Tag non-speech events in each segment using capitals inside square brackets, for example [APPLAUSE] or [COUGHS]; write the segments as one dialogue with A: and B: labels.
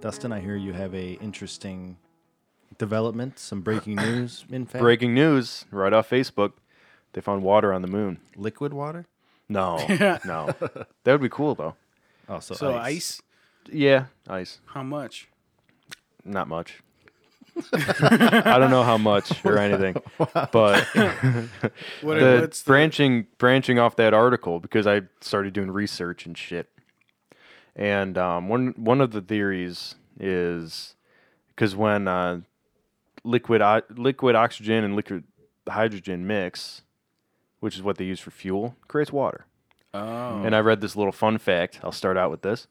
A: Dustin, I hear you have a interesting development, some
B: [CLEARS THROAT]
A: breaking news. In fact,
B: Breaking news right off Facebook. They found water on the moon.
A: liquid water.
B: No, [LAUGHS] no. That would be cool though.
A: Oh, so,
C: So
A: ice.
C: ice.
B: Yeah, ice.
C: How much?
B: Not much. I don't know how [LAUGHS] much or anything, [LAUGHS] but
C: What,
B: the
C: what's the
B: branching branching off that article because I started doing research and shit. And um, one one of the theories is because when uh, liquid o- liquid oxygen and liquid hydrogen mix, which is what they use for fuel, creates water.
C: oh
B: And I read this little fun fact. I'll start out with this.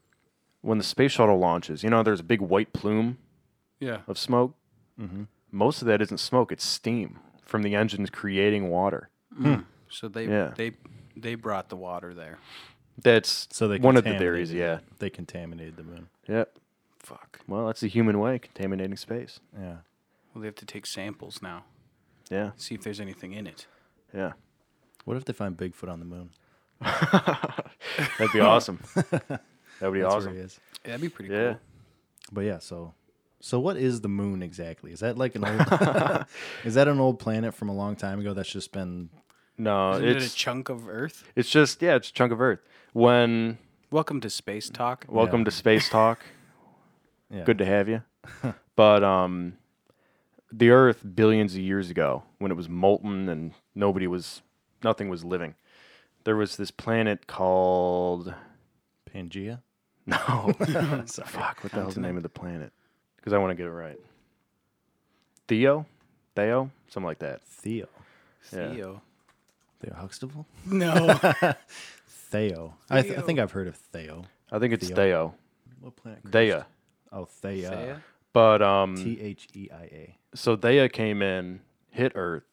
B: When the space shuttle launches, you know, there's a big white plume
C: yeah.
B: of smoke.
A: Mm-hmm.
B: Most of that isn't smoke; it's steam from the engines creating water.
C: So they
B: Yeah.
C: they they brought the water there.
B: That's
A: So they
B: one of the
A: contaminated
B: theories. Yeah.
A: it. they contaminated the moon.
B: Yep.
C: Fuck.
B: Well, that's the human way contaminating space.
A: Yeah,
C: Well, they have to take samples now.
B: Yeah.
C: See if there's anything in it.
A: [LAUGHS]
B: Yeah.
A: what if they find Bigfoot on the moon?
B: That'd be
A: [LAUGHS]
B: awesome. That'd be
A: That's where
B: awesome.
A: he is.
C: Yeah, that'd be pretty
B: Yeah.
C: cool.
A: But yeah, so so what is the moon exactly? Is that like an
B: [LAUGHS]
A: old [LAUGHS] is that an old planet from a long time ago that's just been
B: No,
C: Isn't it a
B: Uh, it's
C: chunk of Earth?
B: it's just yeah, it's a chunk of Earth. When
C: Welcome to space talk.
B: welcome to
A: [LAUGHS]
B: space talk.
A: yeah.
B: Good to have you. [LAUGHS] but um, the Earth billions of years ago, when it was molten and nobody was, nothing was living, there was this planet called [LAUGHS]
A: Pangea? [LAUGHS]
B: no. Fuck! What the hell's the name of the planet? Because I want to get it right. Theo, Theo, something like that.
A: Theo.
B: Yeah.
C: Theo.
A: Theo Huxtable?
B: [LAUGHS]
C: E No.
A: Theo. I, th- I
C: Theo.
A: think I've heard of Theo.
B: I think it's Theo.
A: What planet?
B: Thea.
A: Oh, Thea.
C: Thea?
B: But um,
A: T H E I A.
B: so Thea came in, hit Earth,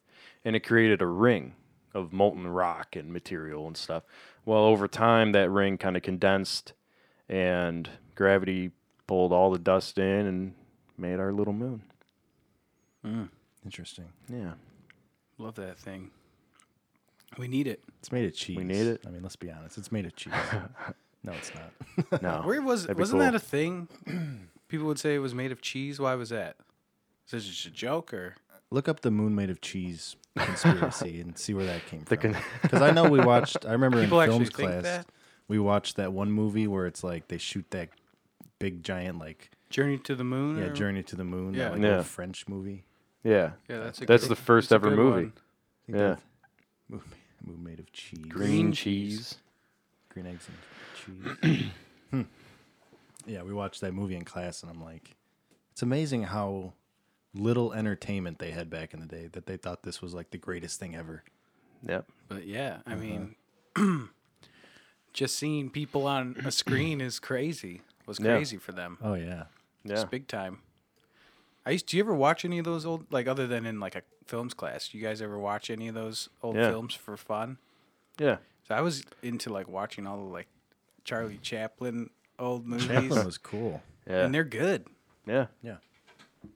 B: and it created a ring of molten rock and material and stuff. Well, over time, that ring kind of condensed, and gravity pulled all the dust in and made our little moon.
A: Interesting.
B: Yeah,
C: [LAUGHS] Love that thing. We need it.
A: It's made of cheese.
B: need it.
A: I mean, let's be honest. It's made of cheese. [LAUGHS] no, it's not.
B: no,
C: Where was
B: Oh, that'd
C: it?
B: be
C: Wasn't
B: cool.
C: that a thing? [CLEARS THROAT] People would say it was made of cheese. Why was that? Is this just a joke or?
A: Look up the moon made of cheese conspiracy and see where that came from.
B: con-
A: Because I know we watched. I
C: [LAUGHS]
A: remember
C: People
A: in
C: actually
A: films
C: think
A: class,
C: that?
A: we watched that one movie where it's like they shoot that big giant like
C: Journey to the Moon?
A: yeah
C: or-
A: Journey to the Moon,
C: Yeah.
A: that, like
B: Yeah.
A: old French movie.
B: yeah,
C: Yeah, that's a
B: that's
C: good-
B: the first
C: that's a
B: ever
C: good
B: movie.
C: one.
A: I think
B: Yeah.
A: that's- Moon, moon made of cheese, green,
C: Green
B: cheese.
A: eggs and cheese. [CLEARS THROAT] Hmm. Yeah, we watched that movie in class, and I'm like, it's amazing how little entertainment they had back in the day that they thought this was like the greatest thing ever.
B: Yep.
C: But yeah,
B: Uh-huh.
C: I mean, [CLEARS THROAT] just seeing people on
B: [CLEARS THROAT]
C: a screen is crazy. Was
B: Yeah. Uh,
C: crazy for them.
A: Oh yeah,
B: Yeah.
C: It's big time. I used. Do you ever watch any of those old, like, other than in like a films class? You guys ever watch any of those old
B: Yeah.
C: films for fun?
B: yeah.
C: So I was into like watching all the like Charlie Chaplin old movies,
A: Chaplin [LAUGHS] was cool.
B: Yeah.
C: and they're good.
B: Yeah.
A: Yeah,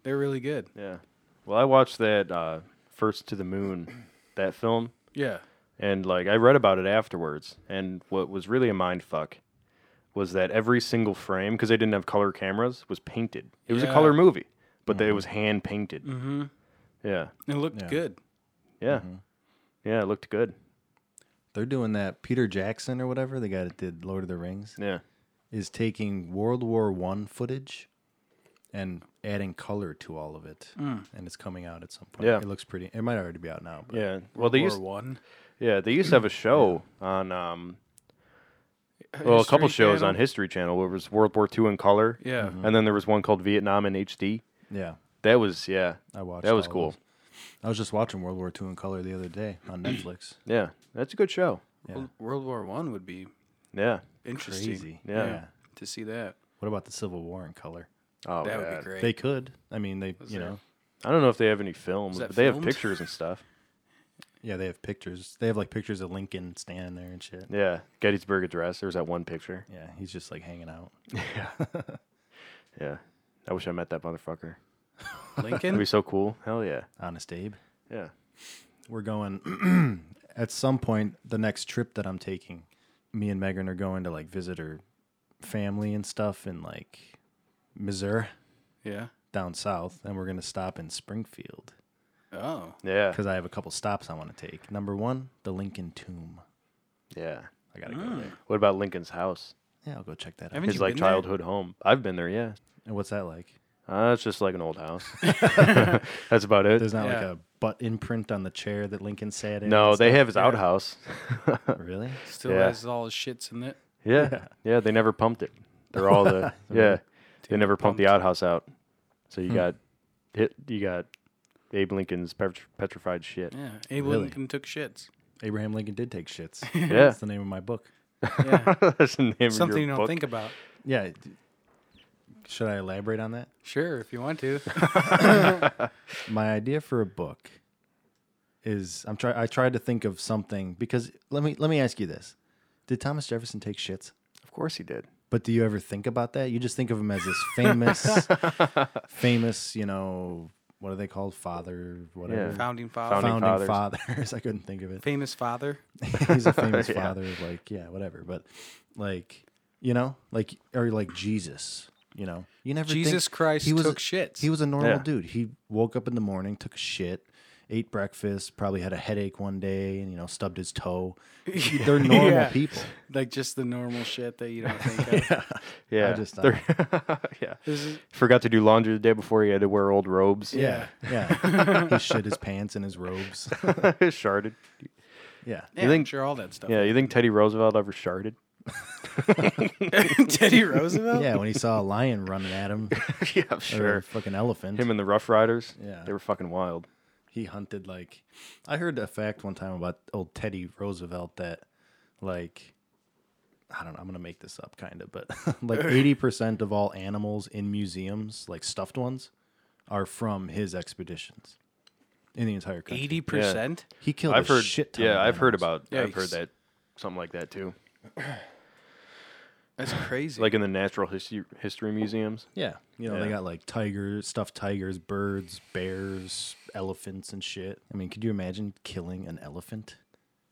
C: They're really good.
B: Yeah. Well, I watched that uh, First to the Moon, that film,
C: Yeah.
B: and like I read about it afterwards. And what was really a mind fuck was that every single frame, because they didn't have color cameras, was painted. It was a
C: Yeah. Mm.
B: color movie, but they- it was hand painted. Mm-hmm. Yeah.
C: It looked
A: Yeah.
C: good.
B: Yeah.
C: Mm-hmm.
B: Yeah. It looked good.
A: they're doing that. Peter Jackson or whatever the guy that did Lord of the Rings.
B: Yeah.
A: is taking World War One footage and adding color to all of it, and it's coming out at some point.
B: Yeah.
A: it looks pretty. It might already be out now. But
B: Yeah. Well, they
C: War
B: used
C: One.
B: yeah they used to have
C: [CLEARS THROAT]
B: a show on um well a couple
C: History
B: shows on
C: Channel.
B: History Channel where it was World War II in color.
C: Yeah. Mm-hmm.
B: And then there was one called Vietnam in HD.
A: yeah,
B: That was yeah.
A: I watched.
B: That was
A: all of
B: cool.
A: those. I was just watching World War Two in color the other day on Netflix.
B: Yeah, that's a good show.
C: World- World War One would be
B: Yeah.
C: interesting.
A: Crazy.
B: Yeah.
C: To see that,
A: What about the Civil War in color?
B: Oh,
C: that would
B: man.
C: be great.
A: They could. I mean, they. you
C: there-
A: know.
B: I don't know if they have any films,
C: that
B: but they have
C: filmed?
B: pictures and stuff.
A: Yeah, they have pictures. They have like pictures of Lincoln standing there and shit.
B: Yeah, Gettysburg Address. There was that one picture.
A: Yeah, he's just like hanging out.
B: Yeah, I wish I met that motherfucker. It'd be [LAUGHS]
C: Lincoln.
B: so cool. Hell yeah.
A: Honest Abe.
B: Yeah.
A: we're going [CLEARS THROAT] at some point the next trip that I'm taking. Me and Megan are going to like visit her family and stuff in like Missouri
C: Yeah.
A: down south, and we're gonna stop in Springfield
C: Oh.
B: Yeah.
A: because I have a couple stops I want to take. Number one, the Lincoln Tomb.
B: Yeah.
A: I gotta go there.
B: What about Lincoln's house?
A: Yeah, I'll go check that out.
C: Haven't
B: His
C: you
B: like
C: been there?
B: childhood home. I've been there. Yeah.
A: And what's that like?
B: Uh, it's just like an old house. [LAUGHS] That's about it.
A: There's not like
C: Yeah.
A: a butt imprint on the chair that Lincoln sat in.
B: no,
A: and
B: they have his
A: stuff?
B: outhouse. [LAUGHS]
A: Really?
C: Still
B: Yeah.
C: has all his shits in it.
B: yeah. yeah. They never pumped it. They're all the yeah. They never pumped the outhouse out. So you got hit. You got Abe Lincoln's petr- petrified shit.
C: Yeah. Abe
A: Really?
C: Lincoln took
B: [LAUGHS]
C: shits.
A: Abraham Lincoln did take shits.
B: Yeah.
A: That's the name of my book.
C: Yeah.
B: [LAUGHS] That's the name of your
C: Something you don't
B: book.
C: think about.
A: Yeah. d- Should I elaborate on that?
C: Sure, if you want
B: [LAUGHS]
C: to.
A: My idea for a book is I'm try I tried to think of something because let me let me ask you this. Did Thomas Jefferson take shits?
B: Of course he did.
A: But do you ever think about that? You just think of him as this
B: [LAUGHS]
A: famous famous, you know, what are they called? Father, whatever.
B: Yeah.
C: Founding father.
B: Founding-
A: Founding,
B: fathers.
A: fathers. [LAUGHS] I couldn't think of it.
C: Famous father.
A: [LAUGHS] he's a famous
B: [LAUGHS] Yeah.
A: father like yeah whatever but like you know like or like jesus you know you never think-
C: Jesus Christ
A: he was
C: took shits.
A: he was a normal
B: Yeah.
A: dude he woke up in the morning took a shit ate breakfast probably had a headache one day and you know stubbed his toe
B: [LAUGHS]
A: they're normal
C: Yeah.
A: people
C: like just the normal shit that
B: [LAUGHS]
C: you don't think of.
B: Yeah.
A: just uh, thought-
B: They're- [LAUGHS] yeah.
C: This is-
B: Forgot to do laundry the day before. He had to wear old robes.
A: yeah yeah he shit his pants and his robes
B: [LAUGHS] sharded.
A: yeah
C: Yeah, I'm
B: think-
C: sure all that stuff.
B: Yeah. You think Teddy Roosevelt
A: [LAUGHS]
B: ever sharded?
C: [LAUGHS]
B: [LAUGHS]
C: Teddy Roosevelt?
A: yeah when he saw a lion running at him
B: yeah, I'm
A: or a
B: sure.
A: fucking elephant
B: Him and the Rough Riders.
A: Yeah.
B: They were fucking wild.
A: he hunted like I heard a fact one time about old Teddy Roosevelt that like I don't know, I'm gonna make this up kinda, but [LAUGHS]
B: [LAUGHS]
A: like eighty percent of all animals in museums, like stuffed ones, are from his expeditions. In the entire country.
C: Eighty percent?
A: He killed
B: I've
A: a
B: heard.
A: shit ton
B: yeah,
A: of
B: I've heard
A: animals.
B: about. I've heard
C: Yikes.
B: that. Something like that too.
C: That's crazy.
B: Like in the natural history history museums.
A: Yeah. You know, they
B: Yeah.
A: got like tigers, stuffed tigers, birds, bears, elephants and shit. I mean, could you imagine killing an elephant?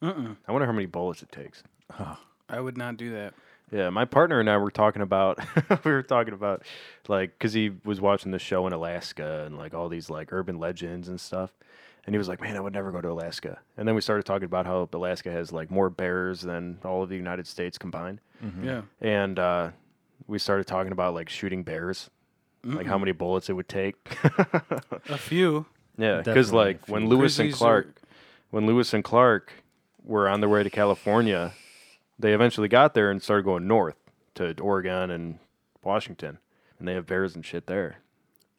B: I wonder how many bullets it takes.
C: I would not do that.
B: Yeah, my partner and I were talking about [LAUGHS] we were talking about like because he was watching the show in Alaska and like all these like urban legends and stuff, and he was like, "Man, I would never go to Alaska." And then we started talking about how Alaska has like more bears than all of the United States combined,
C: Yeah.
B: and uh, we started talking about like shooting bears, like how many bullets it would take. [LAUGHS]
C: A few.
B: yeah, because
A: Definitely a
B: like when Lewis and
C: Grizzlies are-
B: Clark when Lewis and Clark were on their way to California, they eventually got there and started going north to Oregon and Washington, and they have bears and shit there.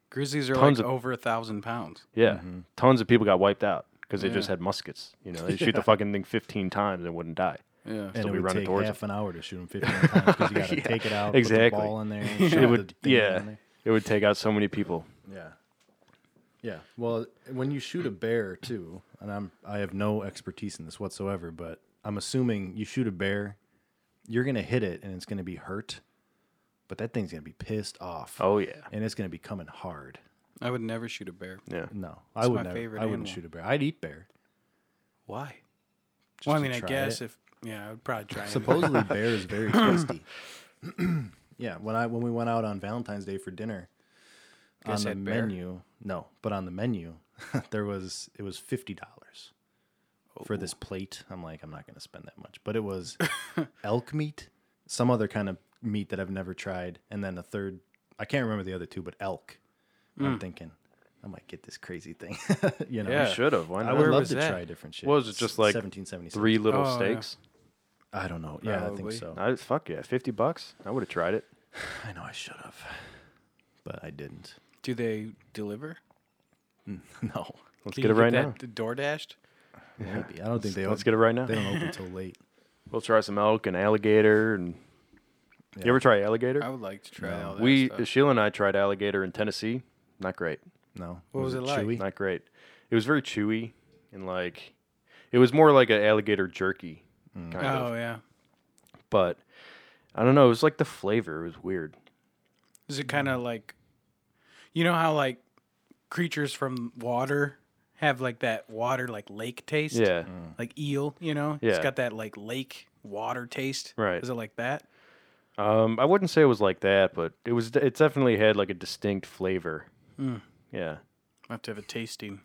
C: Grizzlies are
B: Tons
C: like
B: of-
C: over a thousand pounds.
B: Yeah,
A: Mm-hmm.
B: tons of people got wiped out because they just
C: Yeah.
B: had muskets.
A: [LAUGHS]
B: You know, they shoot the fucking thing fifteen times and it wouldn't die.
C: Yeah.
A: And
B: So
A: it
B: we
A: would
B: run it
A: take
B: towards
A: half an hour to shoot him 15 times because you got to
B: [LAUGHS]
A: take it out,
B: exactly.
A: put the ball in there, and
B: [LAUGHS] It
A: shove
B: would,
A: the thing
B: yeah,
A: down there.
B: it would take out so many people.
A: Yeah. Yeah. Well, when you shoot a bear too, and I'm I have no expertise in this whatsoever, but I'm assuming you shoot a bear, you're gonna hit it and it's gonna be hurt, but that thing's gonna be pissed off.
B: Oh yeah,
A: And it's gonna be coming hard.
C: I would never shoot a bear.
B: yeah.
A: No, I would
C: my
A: never.
C: favorite
A: I wouldn't
C: animal.
A: shoot a bear. I'd eat bear.
C: Why?
A: just
C: Well, I
A: to
C: mean, I
A: try
C: guess
A: it.
C: if yeah, I would probably try. it.
A: supposedly bear is very tasty. [CLEARS THROAT] yeah, when I when we went out on Valentine's Day for dinner,
C: Guess
A: on the
C: had bear?
A: menu, no, but on the menu, [LAUGHS] there was it was fifty dollars for this plate. I'm like, I'm not going to spend that much, but it was elk meat, some other kind of meat that I've never tried, and then a third. I can't remember the other two, but elk. I'm thinking, I might get this crazy thing. [LAUGHS] you know,
C: Yeah.
B: You should have. Why
A: I
B: not?
A: would
C: Where
A: love
C: was
A: to
C: that?
A: try different shit.
B: What was it, just like
A: 1776?
B: Three little
C: Oh, yeah.
B: steaks.
A: I don't know. Yeah, I think
C: Probably.
A: so.
B: I, fuck yeah, fifty bucks. I would have tried it.
A: I know I should have, but I didn't.
C: [LAUGHS] Do they deliver?
A: [LAUGHS] No,
B: Let's
C: Can
B: get it
C: you
B: right
C: that
B: now.
C: d- Door dashed.
A: maybe I don't think they.
B: Let's
A: op-
B: get it right now.
A: They don't open till late.
B: We'll try some elk and alligator. And you ever try alligator?
C: I would like to try all that.
B: we
C: stuff.
B: Sheila and I tried alligator in Tennessee. Not great. [LAUGHS]
A: No.
C: What was it like?
A: chewy?
B: Not great. It was very chewy and like it was more like an alligator jerky
A: Mm.
B: kind
C: Oh
B: of.
C: yeah.
B: But I don't know. It was like the flavor. It was weird.
C: Is it
B: Mm.
C: kind of like, you know how like creatures from water have like that water like lake taste?
B: Yeah.
A: mm.
C: Like eel, you know? It's
B: Yeah.
C: got that like lake water taste.
B: Right.
C: Is it like that?
B: Um, I wouldn't say it was like that, but it was. It definitely had like a distinct flavor.
C: Mm.
B: Yeah,
C: I have to have a tasting.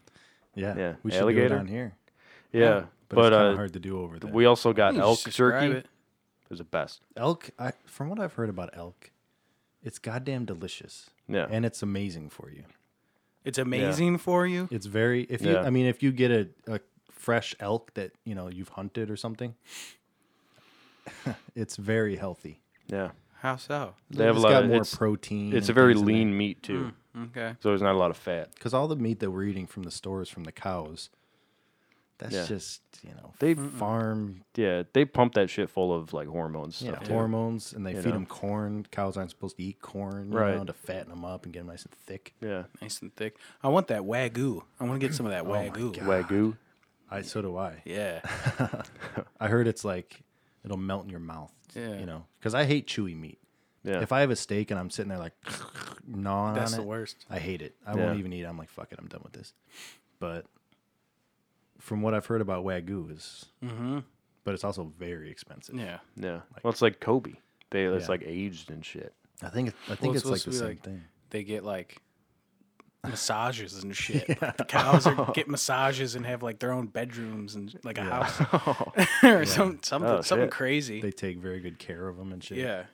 A: Yeah,
B: Yeah.
A: we should do
B: Alligator?
A: it on here,
B: yeah.
A: but,
B: But,
A: it's kind
B: uh,
A: of hard to do over there.
B: we also got
C: You
B: elk
C: just describe
B: jerky.
C: it.
B: Is the best.
A: elk, I, from what I've heard about elk, it's goddamn delicious.
B: Yeah.
A: and it's amazing for you.
C: It's amazing for you.
A: It's very if you
B: Yeah.
A: I mean if you get a, a fresh elk that you know you've hunted or something, [LAUGHS] it's very healthy.
B: Yeah,
C: How so?
B: they have a
A: It's
B: lot.
A: got
B: of,
A: more
B: it's,
A: protein.
B: it's a very lean meat
A: Hmm.
B: too,
C: Okay.
B: so there's not a lot of fat.
A: because all the meat that we're eating from the stores from the cows, that's
B: Yeah.
A: just you know
B: They-
A: farm
B: Yeah, they pump that shit full of like hormones. and
A: you know,
B: Stuff too.
A: hormones and they feed
B: know.
A: them corn. Cows aren't supposed to eat corn, you
B: Right.
A: know, to fatten them up and get them nice and thick.
B: Yeah,
C: Nice and thick. I want that wagyu. I want to get some of that wagyu.
B: wagyu.
A: I so do I.
C: Yeah.
A: I heard it's like it'll melt in your mouth.
C: Yeah.
A: you know, because I hate chewy meat.
B: Yeah,
A: If I have a steak and I'm sitting there like [LAUGHS] gnawing
C: That's
A: on
C: the
A: it,
C: worst.
A: I hate it. I
B: Yeah.
A: won't even eat it. I'm like, fuck it, I'm done with this. But from what I've heard about Wagyu is, but it's also very expensive.
C: Yeah.
B: Mm-hmm. yeah. well, it's like Kobe. They it's like aged and shit.
A: I think it, I think
C: it's
A: it's, like
C: supposed
A: the
C: to be
A: same
C: like-
A: thing.
C: They get like massages and shit. The cows are, get massages and have like their own bedrooms and like a house [LAUGHS] or some, something
B: Oh,
C: something
B: shit.
C: crazy.
A: They take very good care of them and shit.
C: yeah.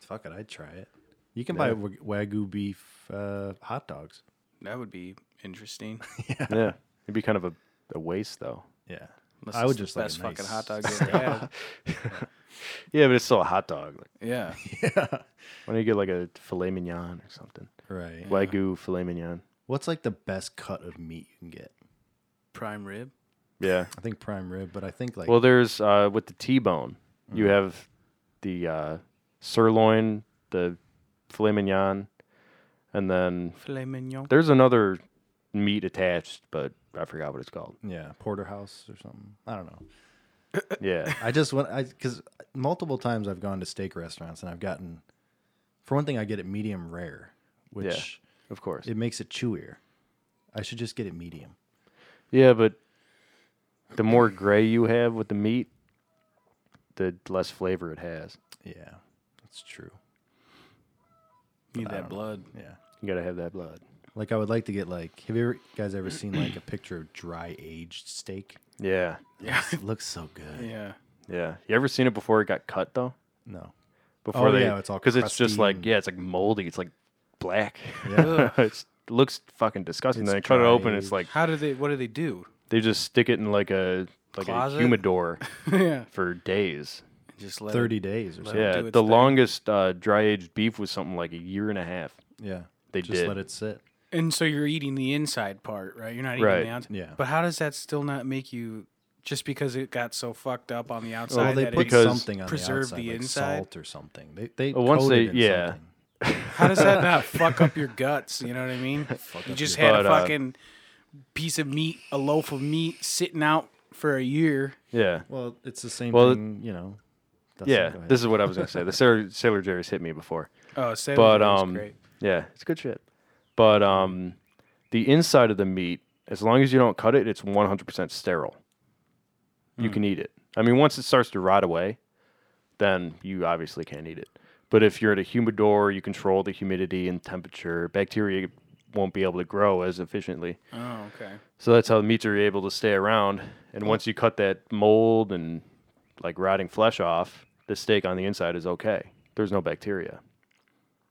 A: fuck it, I'd try it. You can
B: Yeah.
A: buy wa- Wagyu beef uh, hot dogs.
C: That would be interesting.
B: [LAUGHS] yeah, it'd be kind of a, a waste though.
A: [LAUGHS] Yeah,
C: Unless
A: I
C: it's
A: would
C: the
A: just like a
C: best fucking
A: nice-
C: hot dog you ever had.
B: Yeah, but it's still a hot dog. Like,
C: Yeah.
B: why don't you get like a filet mignon or something?
A: Right.
B: Wagyu filet mignon.
A: What's like the best cut of meat you can get?
C: Prime rib.
B: Yeah.
A: I think prime rib, but I think like Hmm.
B: Well, there's uh, with the T-bone, you have the uh, sirloin, the filet mignon, and then
C: Filet mignon.
B: there's another meat attached, but I forgot what it's [LAUGHS] called.
A: yeah, porterhouse or something. I don't know.
B: Yeah,
A: I just went I because multiple times I've gone to steak restaurants and I've gotten, for one thing, I get it medium rare, which
B: of course.
A: it makes it chewier. I should just get it medium.
B: Yeah, but the more gray you have with the meat, the less flavor it has.
A: Yeah, that's true.
C: Need that blood.
A: Yeah,
B: You gotta have that blood.
A: like I would like to get like. Have you ever, guys ever seen like a picture of dry aged steak?
B: Yeah,
C: Yeah.
B: [LAUGHS]
A: It looks so good.
C: Yeah.
B: yeah. You ever seen it before it got cut though?
A: No,
B: Before
A: Oh,
B: they,
A: yeah, it's all
B: because it's just
A: crusty
B: like
A: and-
B: yeah, it's like moldy. It's like black. [LAUGHS]
A: Yeah.
B: it's looks fucking disgusting.
A: It's
B: then they cut it open.
A: dried.
B: It's like
C: How do they? What do they do? [LAUGHS]
B: they just stick it in like a like
C: Closet?
B: a humidor
C: yeah.
B: for days.
C: Just let it-
A: thirty days or
C: Let
A: something.
C: it
B: yeah,
C: do
B: the
C: its thing.
B: longest uh, dry aged beef was something like a year and a half.
A: Yeah,
B: They
A: just
B: did.
A: let it sit.
C: And so you're eating the inside part, right? You're not eating
B: Right,
C: the outside.
A: yeah.
C: But how does that still not make you just because it got so fucked up on the outside?
A: Well, they
C: that
A: put
C: it,
B: because-
A: something on
C: preserve
A: the outside,
C: the
A: like
C: inside?
A: salt or something. They they
B: Well, once
A: coat it
B: they-
A: in
B: yeah.
A: something.
C: How does
A: [LAUGHS]
C: that not fuck up your guts? You know what I mean? you just had
B: But,
C: a
B: uh,
C: fucking piece of meat, a loaf of meat sitting out for a year.
B: Yeah,
A: Well, it's the same
B: Well,
A: thing, you know. Dustin,
B: yeah.
A: go ahead.
B: This is what I was gonna say.
A: [LAUGHS]
B: The Sailor, Sailor Jerry's hit me before.
C: Oh, Sailor
B: but
C: Jerry's
B: um
C: great.
B: yeah it's good shit but um the inside of the meat as long as you don't cut it it's 100% sterile
A: Hmm.
B: you can eat it i mean once it starts to rot away then you obviously can't eat it but if you're at a humidor you control the humidity and temperature bacteria won't be able to grow as efficiently
C: Oh, okay.
B: so that's how the meats are able to stay around and
A: Oh.
B: once you cut that mold and like rotting flesh off the steak on the inside is okay there's no bacteria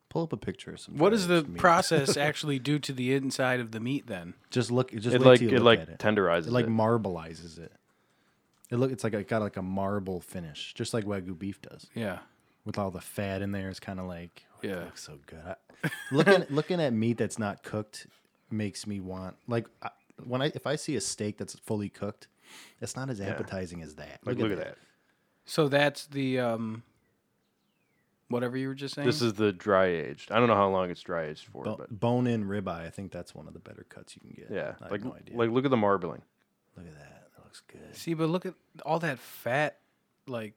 A: Pull up a picture of some.
C: What does the
A: dried meat. [LAUGHS]
C: process actually do to the inside of the meat then?
A: Just look. Just
B: it
A: wait
B: like
A: till
B: it,
A: you look
B: like
A: at it.
B: tenderizes
A: It like
B: it.
A: marbleizes it. It look. It's like it got like a marble finish, just like wagyu beef does.
C: Yeah.
A: With all the fat in there, it's kind of like oh,
C: Yeah.
A: It looks so good.
B: [LAUGHS]
A: I, looking looking at meat that's not cooked makes me want like I, when I if I see a steak that's fully cooked, it's not as appetizing as that.
B: Like, look, at that.
C: So that's the um whatever you were just saying.
B: This is the dry aged. I don't know how long it's dry aged for,
A: Bo-
B: but
A: bone in ribeye. I think that's one of the better cuts you can get.
B: yeah,
A: I have
B: like
A: no idea.
B: like look at the marbling.
A: look at that. That looks good.
C: See, but look at all that fat, like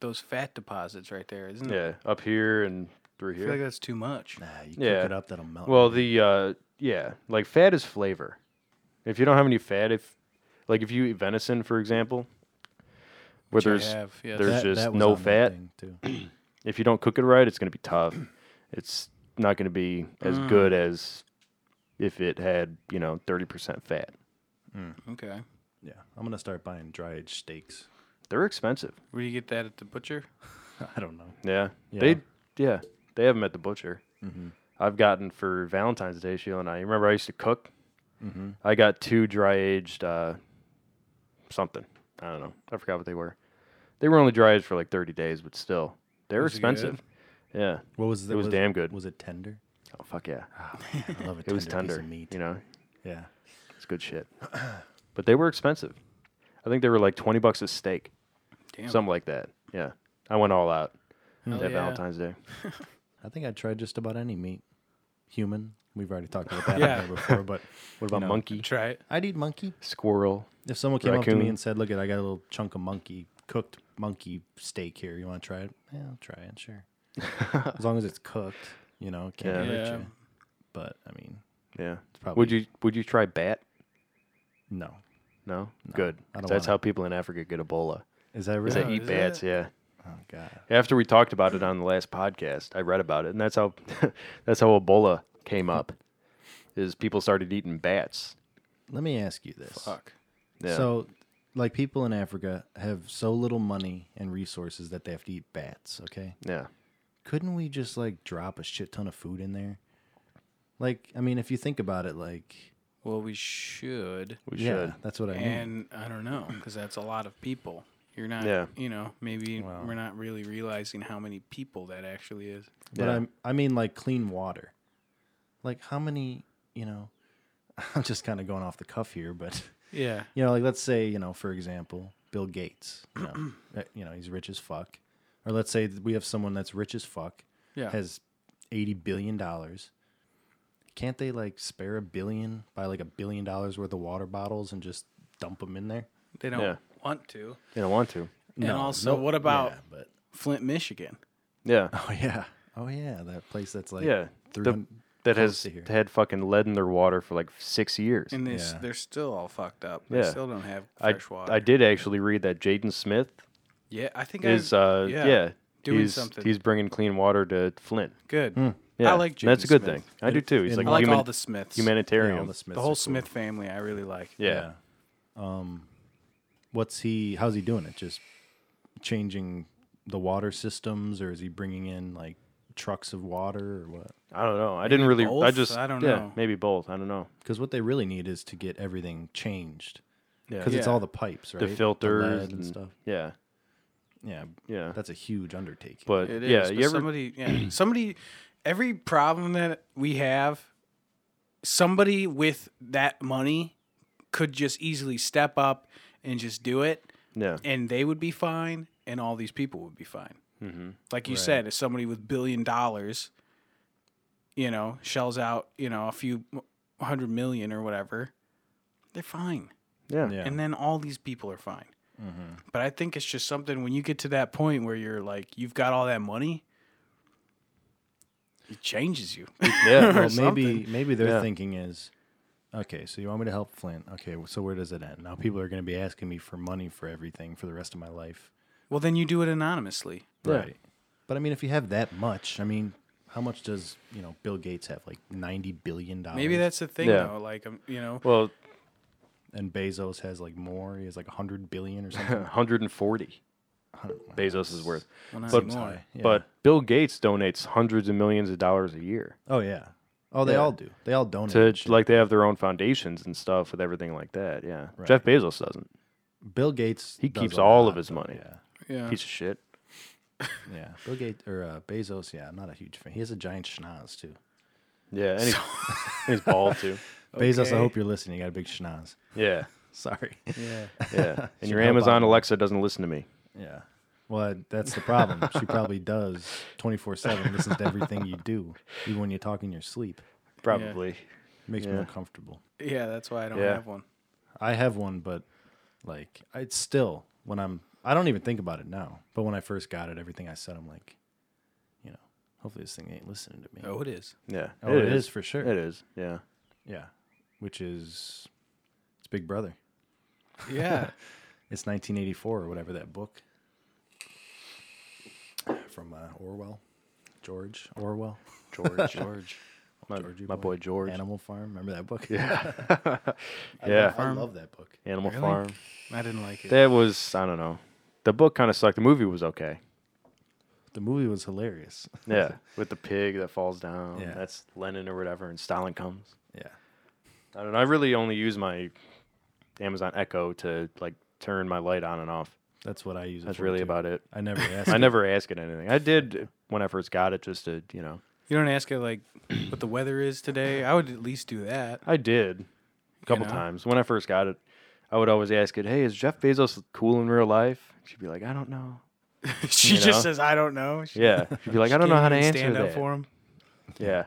C: those fat deposits right there,
A: Hmm.
C: isn't it?
B: Yeah, up here and through
C: I feel like
B: here.
C: that's too much.
A: Nah, you
B: Yeah.
A: cook it up, that'll melt.
B: Well, the uh, yeah, like fat is flavor. If you don't have any fat, if like if you eat venison, for example, where
C: Which I
B: there's
C: have, yes.
B: there's
A: That-
B: just
A: that was
B: no
A: on that
B: fat.
A: thing, too.
B: If you don't cook it right, it's going to be tough. It's not going to be as good as if it had, you know, 30% fat.
C: Okay.
A: Yeah, I'm gonna start buying dry aged steaks. [LAUGHS]
B: They're expensive.
C: Where do you get that at the butcher?
A: I don't know.
B: Yeah.
A: Yeah.
B: They yeah, they have them at the butcher.
A: Mm-hmm.
B: I've gotten for Valentine's Day, Sheila and I. You remember I used to cook? I got two dry aged uh, something. I don't know. I forgot what they were. They were only dry aged for like 30 days, but still, they were
C: Was it good?
B: expensive. Yeah.
A: What was the,
B: It was damn good.
A: Was it
B: [LAUGHS]
A: tender?
B: Oh, fuck yeah.
A: I love a
B: It
A: tender,
B: was tender.
A: piece of meat.
B: You know,
A: Yeah,
B: it's good shit. [CLEARS THROAT] but they were expensive. I think they were like 20 bucks a steak,
C: Damn.
B: something like that. Yeah. I went all out
C: Hell
B: that
C: yeah.
B: Valentine's Day.
A: I think I tried just about any meat. Human. We've already talked about that on
C: [LAUGHS] Yeah.
A: here before, but
B: What about
A: know,
B: monkey,
C: [LAUGHS] Try it.
A: I'd eat monkey.
B: squirrel?
A: If someone came up to
B: Raccoon.
A: me and said, "Look, it, I got a little chunk of monkey cooked monkey steak here. You want to try it? Yeah, I'll try it.
B: [LAUGHS]
A: Sure. as long as it's cooked, you know, it can't
C: Yeah.
A: hurt
C: Yeah.
A: you. But I mean,
B: Yeah. Would
A: probably-
B: you would you try bat?
A: no.
B: No, good.
A: I don't
B: 'cause That's
A: wanna.
B: how people in Africa get Ebola.
A: Is that
B: Is
A: really?
B: they
C: Oh,
B: eat
C: is
B: bats.
C: it?
B: Yeah.
A: oh God.
B: After we talked about it on the last podcast, I read about it, and that's how [LAUGHS] that's how Ebola came up. Is people started eating bats?
A: Let me ask you this.
C: Fuck.
B: Yeah.
A: So, like, people in Africa have so little money and resources that they have to eat bats. Okay.
B: yeah.
A: couldn't we just like drop a shit ton of food in there? Like, I mean, if you think about it, like,
C: Well, we should.
B: We
A: yeah,
B: should.
A: that's what I mean.
C: And I don't know, because that's a lot of people. You're not,
B: Yeah.
C: you know, maybe
A: Wow.
C: we're not really realizing how many people that actually is.
A: But
B: Yeah.
A: I'm, I mean, like, clean water. Like, how many, you know, [LAUGHS] I'm just kind of going off the cuff here, but, [LAUGHS]
C: Yeah.
A: you know, like, let's say, you know, for example, Bill Gates, you
C: [CLEARS THROAT]
A: know, uh, you know he's rich as fuck. Or let's say that we have someone that's rich as fuck,
C: Yeah.
A: has $80 billion. Can't they, like, spare a billion, buy, like, a billion dollars worth of water bottles and just dump them in there?
C: they don't
B: Yeah.
C: want to.
B: You don't want to.
C: And also, what about
A: yeah, but [LAUGHS]
C: Flint, Michigan?
B: Yeah.
A: oh yeah, oh yeah, that place that's like
B: yeah. The-
A: 300
B: that
A: close
B: has
A: to here.
B: had fucking lead in their water for like six years.
C: And they, s-
A: Yeah.
C: they're still all fucked up. They
B: Yeah.
C: still don't have
B: I
C: fresh water.
B: I did actually read that Jaden Smith
C: yeah, I think
B: is
C: I,
B: uh yeah,
C: yeah, doing
B: he's,
C: something.
B: He's bringing clean water to Flint.
C: good.
B: Hmm. Yeah,
C: I like
B: and that's a
C: Jaden
B: good
C: Smith.
B: thing. I do too. He's
A: in
B: like
C: I
B: a
C: like
B: human,
C: all the Smiths.
A: yeah, all
B: humanitarian.
A: the Smiths
C: the
A: are
C: whole
A: cool. [LAUGHS]
C: Smith family, I really like.
B: yeah.
A: Um, what's he? How's he doing it? Just changing the water systems, or is he bringing in like trucks of water, or what?
B: I don't know. I didn't really. I
C: both?
B: just.
C: I don't
B: yeah,
C: know.
B: Maybe both. I don't know.
A: Because what they really need is to get everything changed.
B: Yeah.
A: Because it's
C: Yeah.
A: all the pipes, right?
B: the filters
A: lead
B: and, Uh.
A: and stuff.
B: Yeah.
A: Yeah,
B: Yeah.
A: that's a huge undertaking.
B: but
C: It is.
B: yeah,
C: but
B: you ever?
C: somebody,
B: [CLEARS THROAT]
C: yeah, somebody, every problem that we have, somebody with that money could just easily step up and just do it,
B: yeah.
C: and they would be fine, and all these people would be fine.
B: Mm-hmm.
C: Like you said, if somebody with billion dollars, you know, shells out, you know, a few hundred million or whatever, they're fine
B: Yeah.
A: yeah,
C: and then all these people are fine. But I think it's just something when you get to that point where you're like, you've got all that money, it changes you.
B: [LAUGHS] Yeah.
A: [LAUGHS] well, maybe
C: something.
A: maybe their
B: Yeah.
A: thinking is, okay, so you want me to help Flint? Okay, so where does it end? Now people are going to be asking me for money for everything for the rest of my life,
C: [LAUGHS] well, then you do it anonymously.
B: Yeah.
A: But I mean, if you have that much, I mean, how much does you know Bill Gates have? Like ninety billion dollars.
C: Maybe that's the thing,
B: Yeah.
C: though. Like, um, you know,
B: Well, [CLEARS THROAT]
A: and Bezos has like more. He has like hundred billion or
B: [LAUGHS]
A: something.
B: 140. Bezos is worth.
C: well, not
B: but-
C: anymore.
A: Sorry, yeah.
B: But Bill Gates donates hundreds of millions of dollars a year
A: oh yeah, oh they
B: Yeah.
A: all do. They all donate.
B: to
A: and shit.
B: like they have their own foundations and stuff with everything like that. Yeah. Jeff Bezos doesn't.
A: Bill Gates,
B: He
A: does
B: keeps
A: a
B: all
A: lot,
B: of his
A: though.
B: money.
A: Yeah,
C: Yeah.
B: Piece of shit.
A: yeah. Bill Gates or uh, Bezos. Yeah, I'm not a huge fan. He has a giant schnoz too.
B: Yeah. And he's, and he's bald too.
A: Bezos,
C: Okay.
A: I hope you're listening. You got a big schnoz.
B: Yeah.
A: Sorry.
C: yeah.
B: Yeah. And your
A: help out
B: Amazon
A: a lot.
B: Alexa doesn't listen to me.
A: Yeah. Well, that's the problem. she probably does 24 7 listens to everything you do, even when you talk in your sleep.
B: Probably.
A: It makes me uncomfortable.
C: [LAUGHS] Yeah, that's why I don't
B: Yeah.
C: have one.
A: I have one, but like, it's still when I'm, I don't even think about it now. But when I first got it, everything I said, I'm like, you know, hopefully this thing ain't listening to me.
C: Oh, it is.
B: Yeah.
A: Oh, it is for sure.
B: It is. Yeah.
A: Yeah. Which is, it's Big Brother.
C: Yeah.
A: It's 1984 or whatever that book. from uh, Orwell, George Orwell,
B: [LAUGHS] George. George. My,
A: Georgie
B: my boy George.
A: Animal Farm. Remember that book?
B: Yeah.
A: [LAUGHS] I
B: yeah.
A: Love, I love that book.
B: Animal
C: Really?
B: Farm.
C: [LAUGHS] I didn't like it.
B: That was I don't know. The book kind of sucked. The movie was okay.
A: The movie was hilarious.
B: Yeah, with the pig that falls down.
A: Yeah.
B: That's Lenin or whatever, and Stalin comes.
A: Yeah.
B: I don't know. I really only use my Amazon Echo to like turn my light on and off.
A: That's what I use. it
B: That's
A: for,
B: really
A: too.
B: about [LAUGHS] it.
A: I never asked.
B: I never ask it anything. I did when I first got it, just to you know.
C: You don't ask it like [CLEARS THROAT] what the weather is today. I would at least do that.
B: I did a couple
C: know?
B: times when I first got it. I would always ask it, "Hey, is Jeff Bezos cool in real life?" She'd be like, "I don't know."
C: [LAUGHS] she
B: You know?
C: just says, "I don't know." She,
B: Yeah, [LAUGHS] she'd be like, "I don't know how to
C: can't
B: answer
C: even Stand
B: that."
C: up for him.
B: Yeah,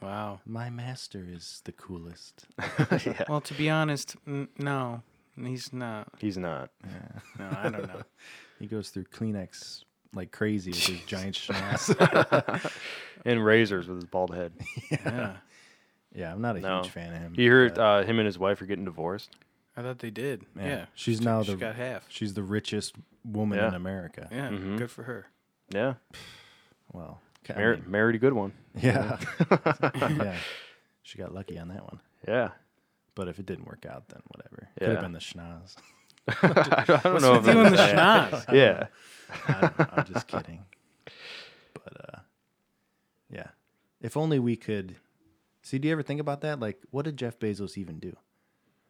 C: Wow.
A: My master is the coolest.
B: [LAUGHS] yeah.
C: Well, to be honest, n- no, he's not.
B: He's not.
C: No, I don't know.
A: He goes through Kleenex like crazy with his
B: [LAUGHS]
A: giant schnoz.
B: And razors with his bald [LAUGHS] head.
C: yeah,
A: yeah, I'm not a
B: No.
A: huge fan of him.
B: You heard uh, him and his wife are getting divorced.
C: I thought they did. Yeah,
A: Yeah. She's now
C: she
A: the
C: got half.
A: she's the richest woman
B: Yeah.
A: in America.
C: Yeah, good for her.
B: Yeah,
A: Well, I
B: Mar-
A: mean,
B: married a good one.
A: yeah, [LAUGHS] yeah. She got lucky on that one.
B: Yeah,
A: But if it didn't work out, then whatever. Could
B: Yeah.
A: have been the schnoz.
B: [LAUGHS] I don't know if
C: What's with you
B: it was
C: and the
B: that. [LAUGHS]
C: schnoz?
B: Yeah,
A: [LAUGHS] I don't know, I'm just kidding. But uh, yeah, if only we could. See, do you ever think about that? Like, what did Jeff Bezos even do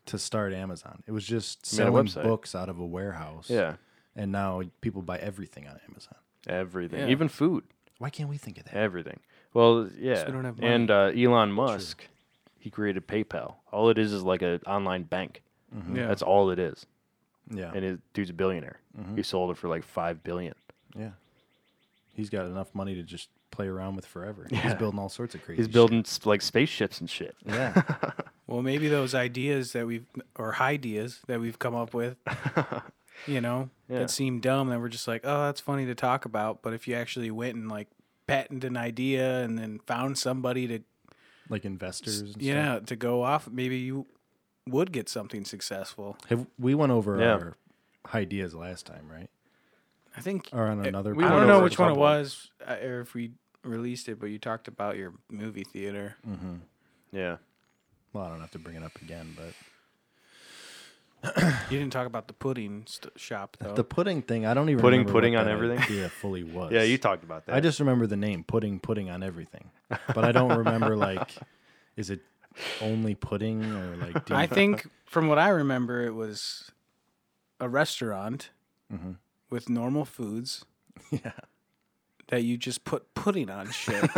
A: to start Amazon? It was just
B: Made a
A: selling
B: website.
A: books out of a warehouse.
B: yeah,
A: and now people buy everything on Amazon.
B: everything,
C: Yeah.
B: even food,
A: Why can't we think of that?
B: everything. Well, yeah,
C: we don't have money.
B: and uh, Elon Musk, he created PayPal. All it is is like an online bank.
C: Yeah,
B: That's all it is.
A: Yeah,
B: And his dude's a billionaire. He sold it for like five billion.
A: yeah. He's got enough money to just play around with forever. He's
B: Yeah.
A: building all sorts of crazy.
B: He's
A: shit.
B: building s- like spaceships and shit.
A: [LAUGHS] Yeah,
C: Well, maybe those ideas that we've or ideas that we've come up
A: [LAUGHS]
C: with, you know,
B: Yeah.
C: that seem dumb that we're just like, oh, that's funny to talk about. But if you actually went and like patented an idea and then found somebody to,
A: like investors. And
C: you
A: stuff.
C: know, to go off, maybe you would get something successful.
A: Have we went over
B: Yeah.
A: our ideas last time, right?
C: I think
A: Or on another?
B: we went
C: I don't
A: podcast?
C: Eh, know
B: over
C: which
B: a
C: one it
B: couple.
C: was uh, or if we released it, but you talked about your movie
A: [LAUGHS]
C: theater.
B: Yeah.
A: Well, I don't have to bring it up again, but
C: You didn't talk about the pudding st- shop though.
A: the pudding thing, I don't even
B: Pudding,
A: remember
B: pudding
A: what
B: on
A: that
B: everything?
A: idea
B: [LAUGHS]
A: fully was.
B: Yeah, you talked about that.
A: I just remember the name pudding, pudding on everything,
B: [LAUGHS]
A: but I don't remember like, is it only pudding or like? [LAUGHS] Do you,
C: I think from what I remember, it was a restaurant with normal foods.
A: Mm-hmm. [LAUGHS] Yeah.
C: That you just put pudding
A: [LAUGHS]
C: on shit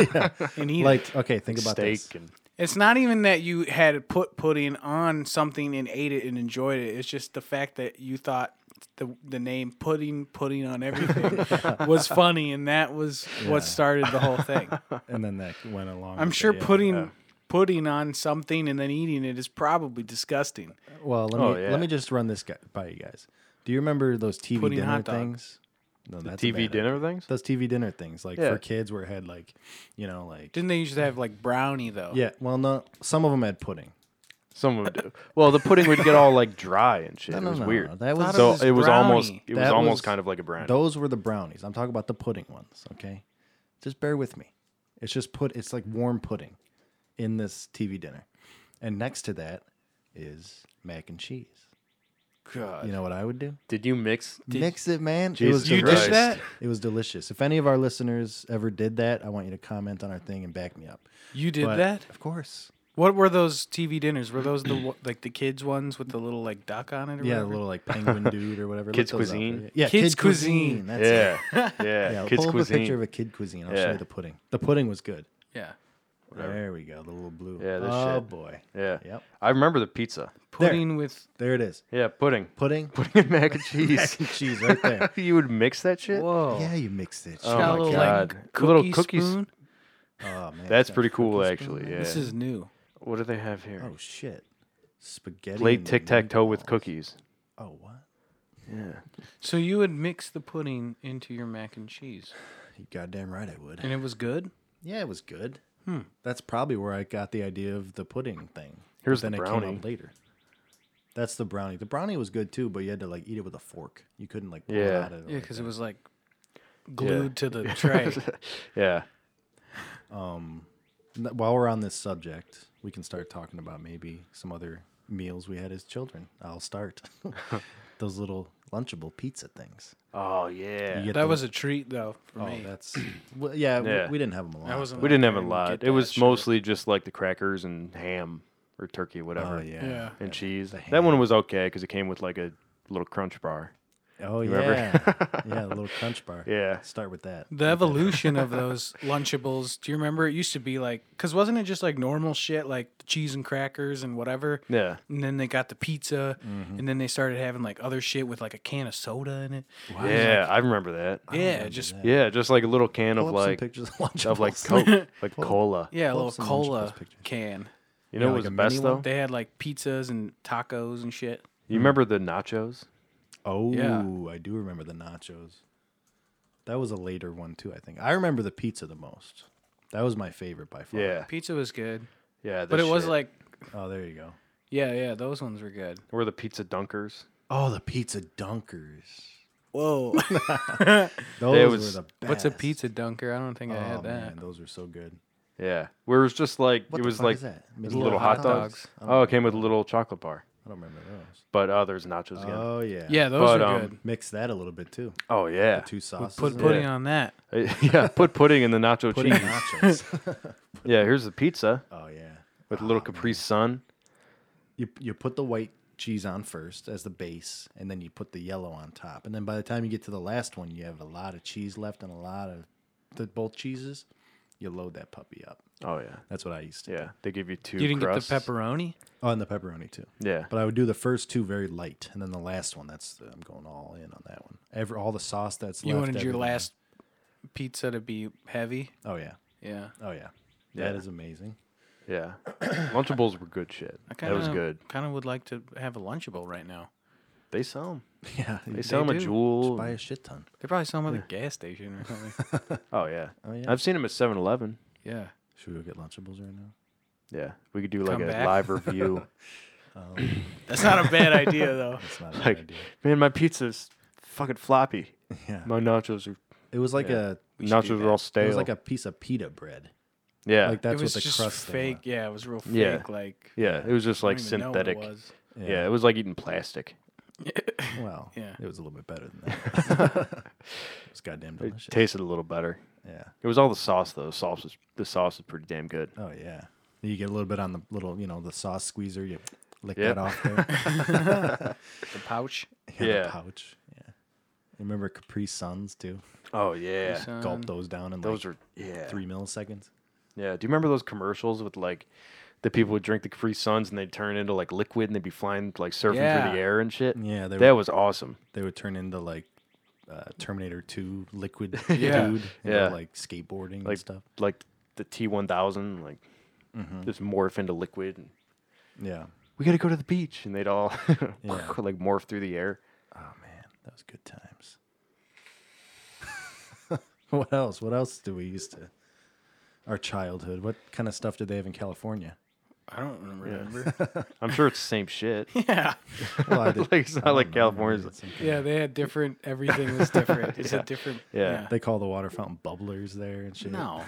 C: and eat. Like,
A: like okay, think about
B: steak
A: this.
B: and
C: it's not even that you had put pudding on something and ate it and enjoyed it. It's just the fact that you thought the the name pudding pudding
A: [LAUGHS]
C: on everything was funny, and that was
A: Yeah.
C: what started the whole thing.
A: and then that went along. [LAUGHS]
C: I'm
A: with it,
C: sure
A: yeah.
C: putting pudding on something and then eating it is probably disgusting.
A: Well, let me
B: Oh, yeah.
A: let me just run this guy by you guys. Do you remember those TV
C: Pudding
A: dinner
C: hot dog.
A: things? No, that's a
B: TV
A: bad-
B: dinner things.
A: Those TV dinner things, like
B: Yeah.
A: for kids, where it had like, you know, like
C: Didn't they used to have like brownie though?
A: yeah. Well, no, some of them had pudding.
B: Some would do. Well, the pudding would get all like dry and shit.
A: No,
B: it
A: no,
B: was
A: no,
B: weird.
A: no, that was-
B: so
C: Thought
B: it
C: it was
B: was almost
C: brownie.
B: it was
A: That
B: almost
A: was-
B: kind of like a brownie.
A: Those were the brownies. I'm talking about the pudding ones. Okay, just bear with me. It's just put. It's like warm pudding in this TV dinner, and next to that is mac and cheese.
C: God.
A: You know what I would do?
B: Did you mix?
A: Mix it, man. it
B: Jesus
A: was
C: You
A: delicious.
C: did
B: Christ.
C: that?
A: It was delicious. If any of our listeners ever did that, I want you to comment on our thing and back me up.
C: You did
A: But-
C: that?
A: Of course.
C: What were those TV dinners? Were those the wo- like the kids ones with the little like duck on it?
A: Yeah,
C: Or
A: the
C: whatever?
A: little like penguin dude or whatever.
B: Kids
A: Look those up.
B: cuisine?
A: Yeah,
C: Kids
A: kids cuisine.
C: cuisine.
A: That's it.
B: Yeah, yeah.
A: [LAUGHS] Yeah,
B: Kids
A: pull up
B: cuisine.
A: a picture of a kid cuisine. I'll show
B: Yeah.
A: you the pudding. The pudding was good.
C: yeah.
A: There we go. The little blue.
B: Yeah, this
A: oh
B: shit.
A: boy.
B: yeah.
A: Yep.
B: I remember the pizza.
C: Pudding with
A: There it is.
B: Yeah, [LAUGHS] pudding.
A: Pudding,
B: Pudding and mac and cheese. [LAUGHS]
A: cheese right there.
B: you would mix that shit.
C: whoa.
A: yeah, you mixed it.
B: Oh
C: Got a
B: my
C: little,
B: God.
C: Like,
B: Little
C: cookie
B: cookies.
C: spoon.
A: Oh, man.
B: That's
A: Yeah.
B: pretty cool, actually. Yeah.
C: This is new.
B: what do they have here?
A: Oh shit. Spaghetti.
B: Plate
A: and
B: tic tac toe with cookies.
A: Oh what?
B: Yeah.
C: So you would mix the pudding into your mac and cheese,
A: You goddamn right I would.
C: and it was good.
A: Yeah, it was good. Hmm. That's probably where I got the idea of the pudding thing. But
B: Here's the
A: then it came
B: brownie.
A: up later. That's the brownie. The brownie was good too, but you had to like eat it with a fork. You couldn't like pull it
B: Yeah.
A: out of it.
C: Yeah,
A: like
C: because
A: that.
C: it was like glued
A: [LAUGHS]
C: to the tray.
B: [LAUGHS] yeah.
A: N- While we're on this subject, we can start talking about maybe some other meals we had as children. I'll start.
B: [LAUGHS]
A: [LAUGHS] Those little Lunchable pizza things.
B: Oh yeah.
A: You get
C: that
A: the-
C: was a treat though for
A: Oh,
C: me.
A: that's well, yeah, we-
B: Yeah.
A: We, didn't have them a lot.
C: wasn't
A: but-
B: we didn't have a
C: I didn't
B: lot.
C: get
B: It
C: that
B: was
C: shit.
B: mostly just like the crackers and ham or turkey, whatever,
A: Oh yeah.
C: Yeah.
B: and cheese.
A: the
B: That one was okay because it came with like a little crunch bar.
A: Oh
B: remember? [LAUGHS]
A: yeah. yeah, a little crunch bar.
B: Yeah.
A: Start with that.
C: The evolution of those [LAUGHS] Lunchables. Do you remember? It used to be like, because wasn't it just like normal shit, like cheese and crackers and whatever?
B: Yeah.
C: And then they got the pizza,
A: Mm-hmm.
C: and then they started having like other shit with like a can of soda in it.
B: Yeah, I remember that.
C: Yeah, just
B: Yeah, just like a little can
A: Pull
B: of
A: up some
B: like
A: pictures of
B: of like
A: Lunchables.
B: Coke, like cola.
C: yeah, a
A: Pull
C: little
A: up some Lunchables
C: cola
A: pictures.
C: can.
B: You know
A: Yeah,
B: what
A: like
B: was
A: a
B: the best
A: mini one?
B: though?
C: They had like pizzas and tacos and shit.
B: You remember the nachos?
A: Oh,
C: Yeah.
A: I do remember the nachos. That was a later one too, I think. I remember the pizza the most. That was my favorite by far.
B: Yeah.
C: Pizza was good,
B: Yeah.
C: but
B: the
C: it was
B: shit.
C: like,
A: Oh, there you go.
C: yeah, yeah, those ones were good.
B: Or the pizza dunkers.
A: Oh, the pizza dunkers. [LAUGHS]
C: Whoa,
A: Those
B: was-
A: were the best.
C: what's a pizza dunker? I don't think I
A: Oh
C: had that.
A: man, those were so good.
B: Yeah. Where it was just like
A: What
B: it
A: the
B: was
A: fuck
B: like
A: is that?
B: it was
A: Little
B: little
A: hot
B: hot dogs.
A: dogs?
B: Oh, it came with a little chocolate bar.
A: I don't remember those.
B: But uh, there's nachos again.
A: Oh yeah.
C: Yeah, those
B: But,
C: were
B: um,
C: good.
A: Mix that a little bit too.
B: oh yeah. Uh,
A: Two sauces.
C: Put
A: in
C: pudding
A: it.
C: on that.
B: [LAUGHS] yeah. Put pudding in the nacho
A: Putting
B: cheese.
A: nachos.
B: Yeah. Here's the pizza
A: oh yeah.
B: with a little Capri Sun.
A: You you put the white cheese on first as the base, and then you put the yellow on top. And then by the time you get to the last one, you have a lot of cheese left and a lot of the both cheeses. You load that puppy up.
B: Oh yeah.
A: That's what I used to. do.
B: Yeah. They give you two.
C: You didn't
B: crusts.
C: get the pepperoni.
A: Oh, and the pepperoni too.
B: Yeah.
A: But I would do the first two very light, and then the last one. That's the, I'm going all in on that one. Every all the sauce that's
C: You
A: left.
C: wanted your
A: everything.
C: last pizza to be heavy.
A: Oh yeah.
C: Yeah,
A: Oh yeah. That
B: Yeah.
A: is amazing. [LAUGHS]
B: Yeah.
A: [COUGHS]
B: Lunchables were good shit. that was good.
C: Kind of would like to have a Lunchable right now.
B: They sell them.
A: Yeah.
B: They sell them a
C: do.
B: jewel.
A: buy a shit ton.
C: They probably sell them at the gas station or [LAUGHS] something.
B: Oh yeah.
A: Oh, yeah.
B: I've seen them at 7-Eleven.
C: yeah.
A: Should we go get Lunchables right now?
B: [LAUGHS] Yeah. We could do like
C: Come
B: a
C: back.
A: [LAUGHS]
B: live review.
C: That's not a bad idea
B: [LAUGHS]
C: though.
A: Um, That's not a good
B: like,
A: idea.
B: man, my pizza's fucking floppy.
A: Yeah.
B: My nachos are
A: It was like a
B: nachos are all stale.
A: it was like a piece of pita bread.
B: yeah.
A: Like that's
C: it was
A: what the
C: just
A: crust thing
C: fake.
A: was.
C: Yeah, it was real fake.
B: Yeah.
C: Like
B: yeah. It was just
C: I
B: like
C: don't even know what it
B: synthetic.
C: was.
B: yeah. It was like eating plastic.
A: Well,
C: [LAUGHS] Yeah.
A: it was a little bit better than that.
B: [LAUGHS]
A: it was goddamn
B: It
A: delicious.
B: tasted a little better.
A: yeah.
B: It was all the sauce though. Sauce was the sauce was pretty damn good.
A: Oh yeah. You get a little bit on the little, you know, the sauce squeezer. You lick
B: Yep.
A: that off
B: [LAUGHS]
A: there.
C: The pouch.
A: Yeah.
B: Yeah.
A: The pouch. Yeah. You remember Capri Suns too?
B: Oh yeah.
C: Sun.
A: Gulp those down in
B: Those
A: like
B: are yeah.
A: three milliseconds.
B: Yeah. Do you remember those commercials with like the people would drink the Capri Suns and they'd turn into like liquid and they'd be flying like surfing
C: Yeah.
B: through the air and shit?
A: Yeah, they
B: that
A: were-
B: was awesome.
A: They would turn into like uh, Terminator 2 liquid
C: Yeah.
A: dude. and
B: [LAUGHS] Yeah.
A: go, Like skateboarding
B: Like
A: and stuff.
B: like the T one thousand like
A: Mm-hmm.
B: just morph into liquid. And,
A: Yeah.
B: we gotta go to the beach, and they'd all [LAUGHS]
A: Yeah.
B: like morph through the air.
A: Oh man, that was good times. [LAUGHS] what else? What else do we used to? Our childhood. What kind of stuff did they have in
C: [LAUGHS]
A: California?
C: I don't remember. Yeah,
B: I'm sure it's the same shit.
C: [LAUGHS] yeah. [LAUGHS]
A: Well, I
B: [LAUGHS] like
A: did-
B: it's not like California's.
A: it's some-
C: they had different. Everything was [LAUGHS] different. It's a different.
B: Yeah.
A: They call the water fountain bubblers there and shit.
C: No,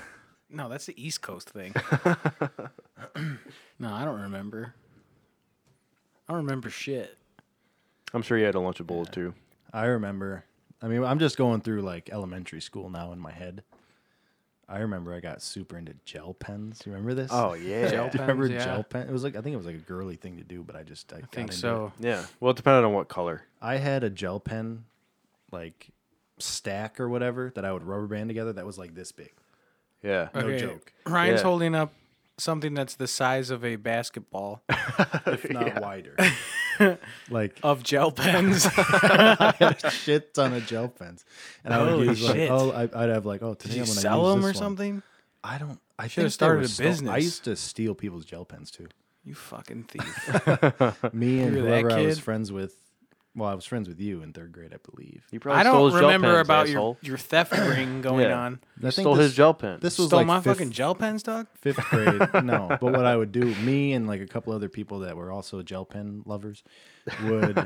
C: no, that's the East Coast
A: [LAUGHS]
C: thing. [CLEARS THROAT] no, I don't remember. I don't remember shit.
B: I'm sure you had a lunchable too.
A: I remember. I mean, I'm just going through like elementary school now in my head. I remember I got super into gel pens. You remember this?
B: yeah,
C: Gel
A: [LAUGHS] Do you remember
C: pens, Oh, yeah.
A: gel pen? It was like I think it was like a girly thing to do, but I just I, got
C: think
A: into it.
C: so.
B: yeah. Well, it depended on what color.
A: I had a gel pen like stack or whatever that I would rubber band together that was like this big.
B: Yeah,
C: Uh,
A: No joke.
C: Ryan's
B: Yeah.
C: holding up something that's the size of a basketball
A: If
B: [LAUGHS]
A: not wider. like [LAUGHS]
C: of gel pens.
A: I had a shit ton of gel pens. And I would
C: Holy
A: use like
C: shit.
A: oh I, I'd have like oh today
C: Did you
A: I'm gonna
C: sell
A: use
C: them or
A: this one.
C: something?
A: I don't I
C: Should've
A: should have
C: started a
A: I
C: business.
A: used to steal people's gel pens too.
C: You fucking
A: [LAUGHS]
C: thief.
A: Me and
C: [LAUGHS] You were that
A: whoever I was
C: kid?
A: friends with well, I was friends with you in third grade, I believe.
B: You probably
C: I
B: stole
C: don't
B: his gel
C: remember
B: pens,
C: about your,
B: asshole.
A: [CLEARS THROAT]
C: your theft ring going
B: Yeah.
C: on.
A: I think
B: stole
A: this,
B: his gel pen.
A: This was
C: Stole
A: like
C: my
A: fifth,
C: fucking gel pens, dog?
A: [LAUGHS] fifth grade. no, but what I would [LAUGHS] do, me and like a couple other people that were also gel pen lovers, would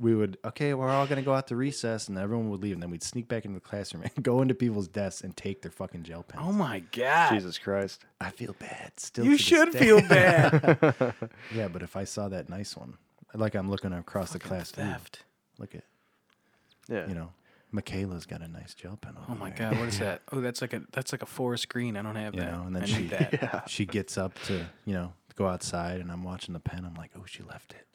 A: we would okay, we're all gonna go out to recess, and everyone would leave, and then we'd sneak back into the classroom and [LAUGHS] go into people's desks and take their fucking gel pens.
C: Oh my god.
B: Jesus Christ.
A: I feel bad. Still, to
C: You
A: this
C: should
A: day. [LAUGHS]
C: feel bad.
A: Yeah, but if I saw that nice one, like I'm looking across the class, ooh,
C: Theft.
A: look at
B: Yeah.
A: you know, Michaela's got a nice gel pen. Over
C: Oh my
A: there.
C: god, what
A: [LAUGHS]
C: is that? Oh, that's like a that's like a forest green. I don't have
A: You
C: that.
A: know, and then
C: I
A: she- [LAUGHS]
C: need that.
A: She gets up to you know go outside, and I'm watching the pen. I'm like, oh, she left it.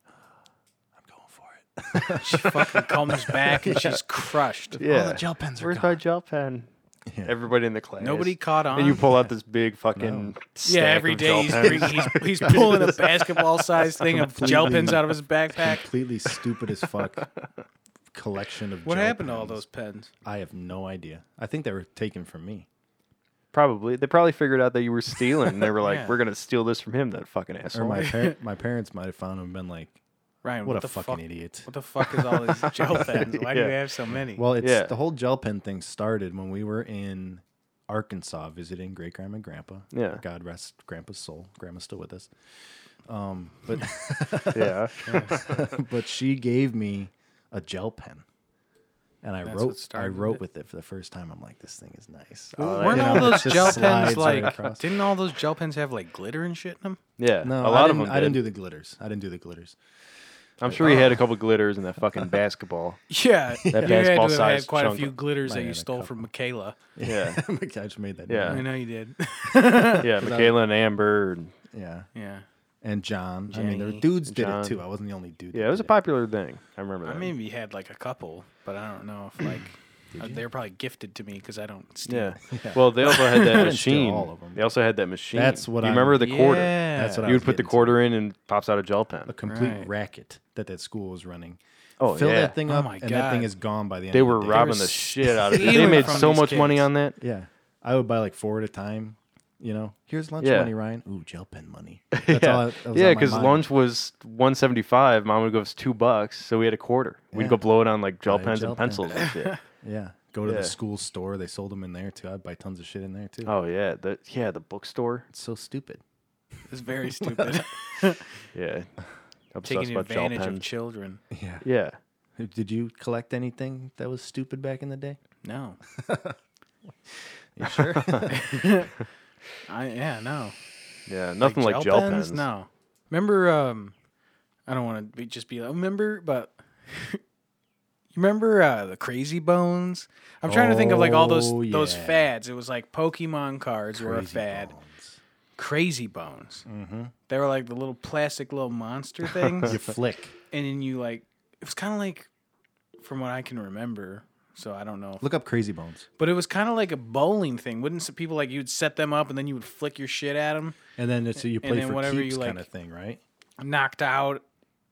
A: I'm going for it.
C: She fucking comes
A: [LAUGHS]
C: back and she's crushed.
B: Yeah.
A: All the gel pens are
B: Where's
A: gone.
B: my gel pen?
A: Yeah.
B: Everybody in the class.
C: Nobody caught on.
B: And you pull out this big fucking.
C: yeah,
B: stack
C: every
B: of
C: day
B: gel
C: he's,
B: pens.
C: bring-
A: [LAUGHS]
C: he's he's pulling a basketball sized thing of gel pens out of
A: [LAUGHS]
C: his backpack.
A: completely stupid as
C: [LAUGHS]
A: fuck collection of.
C: What
A: gel
C: happened to all
A: pens.
C: those pens?
A: I have no idea. I think they were taken from me.
B: [LAUGHS] Probably. They probably figured out that you were stealing. And they were like,
C: Yeah.
B: we're going to steal this from him, that fucking asshole.
A: Or my par- my parents might have found them and been like,
C: Ryan,
A: "What,
C: what,
A: a
C: the
A: fucking
C: fuck?
A: idiot."
C: What the fuck is all
A: [LAUGHS]
C: this gel pens? Why do
B: Yeah.
C: you have so many?
A: Well, it's
B: Yeah.
A: the whole gel pen thing started when we were in Arkansas visiting great grandma and grandpa.
B: Yeah.
A: God rest grandpa's soul. Grandma's still with
C: [LAUGHS]
A: us.
B: [LAUGHS] yeah.
A: but she gave me a gel pen. And I
C: That's what
A: wrote I
C: started
A: wrote
C: it.
A: with it for the first time. I'm like, this thing is nice.
C: Well,
B: Oh,
C: weren't
A: yeah.
C: all those
A: Just
C: gel
A: slides
C: pens
A: right
C: like?
A: across.
C: Didn't all those gel pens have like glitter and shit
A: [LAUGHS]
C: in them?
B: Yeah.
A: No,
B: a lot
A: I
B: of
A: didn't,
B: them.
A: I didn't do the glitters. I didn't do the glitters. [LAUGHS]
B: I'm sure he had a couple glitters in that fucking basketball.
C: Yeah, [LAUGHS] you had to have
B: basketball
C: had
B: sized
C: quite a
B: chunk
C: few glitters
A: might
C: that
A: have
C: you
A: had a
C: stole from Michaela.
B: Yeah.
A: I just made that.
B: Yeah.
A: name.
C: I know you did.
B: Yeah. Michaela and Amber. And,
A: yeah.
C: yeah,
A: And John. I mean, there were
C: Jenny.
A: dudes did
B: John.
A: it too. I wasn't the only dude. that
B: yeah. It was a
A: did
B: popular thing. I remember
C: I
A: [LAUGHS]
B: that.
C: maybe had like a couple, but I don't know if [CLEARS THROAT] like uh, they're probably gifted to me because I don't steal.
B: Yeah. Well, they
A: [LAUGHS]
B: also had that
A: didn't steal
B: machine.
A: all of 'em.
B: They also had that machine.
A: That's what
B: Do you
A: I'm-
B: remember the quarter.
C: Yeah.
A: That's
B: [LAUGHS]
A: what I
B: You
A: was
B: would put the
A: getting to.
B: quarter in and pops out a gel pen.
A: a complete
C: Right.
A: racket that that school was running.
B: Oh,
A: Fill
B: yeah.
A: that thing
C: Oh
A: up,
C: my
A: and that thing
C: God.
A: is gone by the end.
B: They
A: of
B: were
A: the day.
B: robbing
C: were
B: the shit out of it. They
C: stealing
B: made
C: from
B: so
C: these
B: much money
C: kids.
B: on that.
A: Yeah, I would buy like four at a time. You know, here's lunch
B: Yeah.
A: money, Ryan. Ooh, gel pen
B: [LAUGHS]
A: money. That's all I- that
B: yeah,
A: was
B: yeah,
A: on my
B: because
A: mind.
B: lunch was one seventy five. Mom would go, "It's two bucks," so we had a quarter.
A: Yeah.
B: We'd go blow it on like gel
A: Buy a
B: pens
A: gel
B: and
A: pen.
B: pencils and
A: [LAUGHS]
B: shit.
A: Yeah, go to
B: Yeah.
A: the school store. They sold them in there too. I'd buy tons of shit in there too.
B: oh yeah, the yeah the bookstore.
A: It's so stupid. [LAUGHS]
C: It's very stupid.
B: Yeah,
C: [LAUGHS]
B: obsessed
C: Taking
B: about gel
C: advantage
B: pens.
C: of children.
A: Yeah.
B: yeah,
A: Did you collect anything that was stupid back in the day?
C: No,
A: You [LAUGHS] sure?
C: I yeah no.
B: yeah, nothing like, gel, pens.
C: No. Remember, um, I don't want to be, just be like, remember, but [LAUGHS] you remember uh, the Crazy Bones? I'm trying to think of like all those
A: Oh,
C: those
A: yeah.
C: fads. It was like Pokemon cards were a fad. Crazy Bones.
A: Mm-hmm.
C: They were like the little plastic
B: [LAUGHS]
C: little monster things,
A: You flick.
C: and then you like it was kind of like, from what I can remember. So I don't know,
A: Look up Crazy Bones,
C: but it was kind of like a bowling thing. Wouldn't some people like you'd set them up and then you would flick your shit at them?
A: and then it's a you
C: And
A: play
C: then
A: for
C: whatever you
A: keeps
C: like-
A: kind of thing, right?
C: knocked out.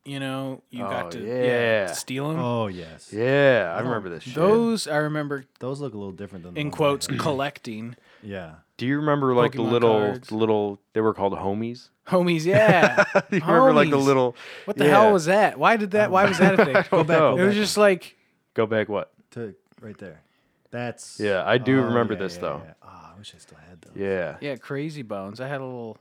C: You know, you
B: Oh,
C: got to
B: yeah.
C: yeah, steal them.
A: Oh yes,
B: Yeah, I remember this shit. Oh,
C: Those I remember
A: those look a little different than the
C: in
A: ones I
C: quotes
A: had.
B: [LAUGHS]
C: collecting
A: Yeah,
B: Do you remember like the
C: Pokemon
B: little
C: cards.
B: the little they were called homies? [LAUGHS]
C: homies. Yeah,
B: Do you remember like the
C: Homies.
B: little
C: what the hell
B: Yeah.
C: was that? Why did that? Why was
B: [LAUGHS]
C: that a thing?
B: Go back,
C: It
B: go
C: was
A: back.
C: just like
B: go back what?
A: to right there. That's
B: Yeah, I do
A: Oh,
B: remember
A: yeah,
B: this
A: yeah,
B: though.
A: yeah. Ah, I wish I still had those.
B: Yeah.
C: [LAUGHS] yeah, crazy bones. I had a little.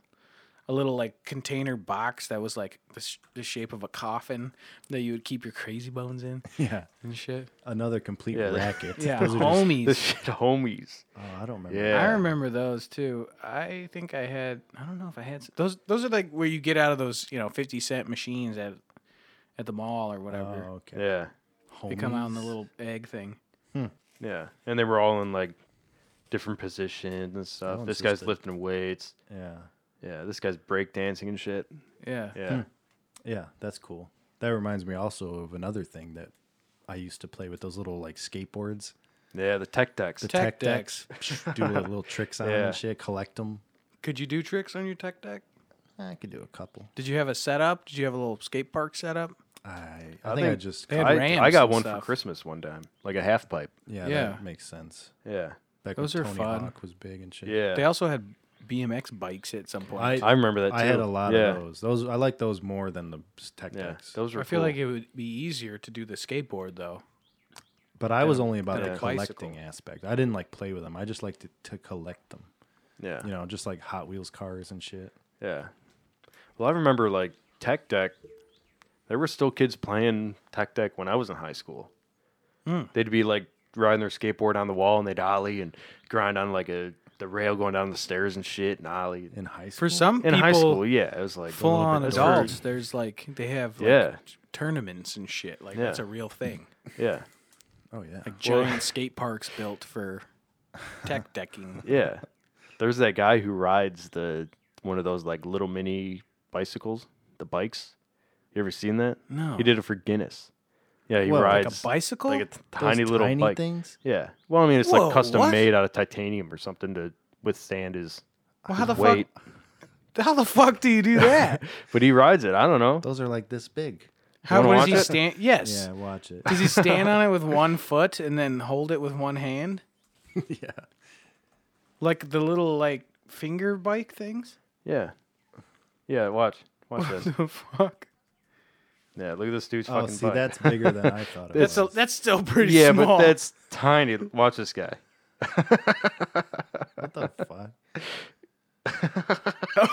C: A little like container box that was like the, sh- the shape of a coffin that you would keep your crazy bones in
A: Yeah,
C: and shit.
A: another complete [LAUGHS]
B: Yeah.
A: racket.
C: Yeah,
A: Those are just-
B: [LAUGHS]
C: homies.
B: This shit homies.
A: oh, I don't remember.
B: Yeah.
C: I remember those too. I think I had. I don't know if I had s- those. Those are like where you get out of those, you know, fifty cent machines at at the mall or
A: Oh,
C: whatever.
A: okay.
B: Yeah.
C: they come out in the
A: Uh, Homies.
C: little egg thing.
B: Yeah, and they were all in like different positions and stuff.
A: one's
B: This
A: just
B: guy's
A: a-
B: lifting weights.
A: Yeah,
B: Yeah, this guy's breakdancing and shit.
C: Yeah.
B: Yeah,
A: yeah, that's cool. That reminds me also of another thing that I used to play with those little like skateboards,
B: yeah, the tech decks.
A: the
C: Tech
A: do little, little tricks on 'em
B: Yeah.
A: and shit, collect them.
C: Could you do tricks on your tech deck?
A: I could do a couple.
C: Did you have a setup? Did you have a little skate park setup?
A: I I,
B: I
A: think, I
B: think
A: just
C: they had
B: I,
C: ramps
B: I got
C: and
B: one for
C: stuff.
B: Christmas one time, like a half pipe.
A: yeah,
C: Yeah.
A: that makes sense.
B: Yeah,
A: Back
C: Those
A: when
C: are
A: Tony
C: fun.
A: Hawk was big and shit.
B: yeah.
C: They also had BMX bikes at some point.
A: I-
C: I,
B: I remember that. Too.
A: I had a lot
B: yeah.
A: of those. Those I like those more than the tech
B: Yeah,
A: decks.
B: those were.
C: feel
B: cool.
C: like it would be easier to do the skateboard though.
A: But I was only about
C: than
A: the
C: a
A: collecting
C: bicycle.
A: aspect. I didn't like play with them. I just liked to, to collect them.
B: yeah,
A: You know, just like Hot Wheels cars and shit.
B: yeah. Well, I remember like tech deck. there were still kids playing tech deck when I was in high school.
C: Hmm.
B: They'd be like riding their skateboard on the wall and they'd ollie and grind on like a the rail going down the stairs and shit and ollie.
A: in high school.
C: For some
B: in
C: people,
B: high school, yeah, it was like
C: full on
B: that's
C: adults, there's like they have like
B: Yeah.
C: tournaments and shit. Like that's
B: Yeah.
C: a real thing.
B: yeah,
A: oh yeah,
C: Giant skate parks built for tech decking.
B: yeah. There's that guy who rides the one of those like little mini bicycles, the bikes. You ever seen that?
C: No,
B: He did it for Guinness. Yeah, he
A: Well, like
C: like a
B: rides
C: bicycle.
B: like a t-
A: Those
B: tiny little
A: tiny
B: bike.
A: things.
B: Yeah. Well, I mean, it's
C: Whoa,
B: like custom
C: what?
B: made out of titanium or something to withstand his,
C: well, how
B: his
C: the
B: weight.
C: fuck? How the fuck do
B: [LAUGHS]
C: you do that?
B: But he rides it. I don't know.
A: Those are like this big.
C: how
B: wanna
C: does
B: watch
C: he
B: it?
C: stand? Yes.
A: Yeah, watch it. [LAUGHS]
C: Does he stand on it
B: [LAUGHS]
C: with one foot and then hold it with one hand,
A: yeah,
C: like the little like finger bike things? [LAUGHS]
B: Yeah. Yeah. Watch. Watch this.
C: The fuck.
B: Yeah. Look at this dude's
A: oh,
B: fucking.
A: see,
B: bike.
A: that's bigger than I thought it
C: That's
A: was.
C: a, that's still pretty
B: yeah,
C: small.
B: but that's tiny. Watch this guy.
A: what the fuck?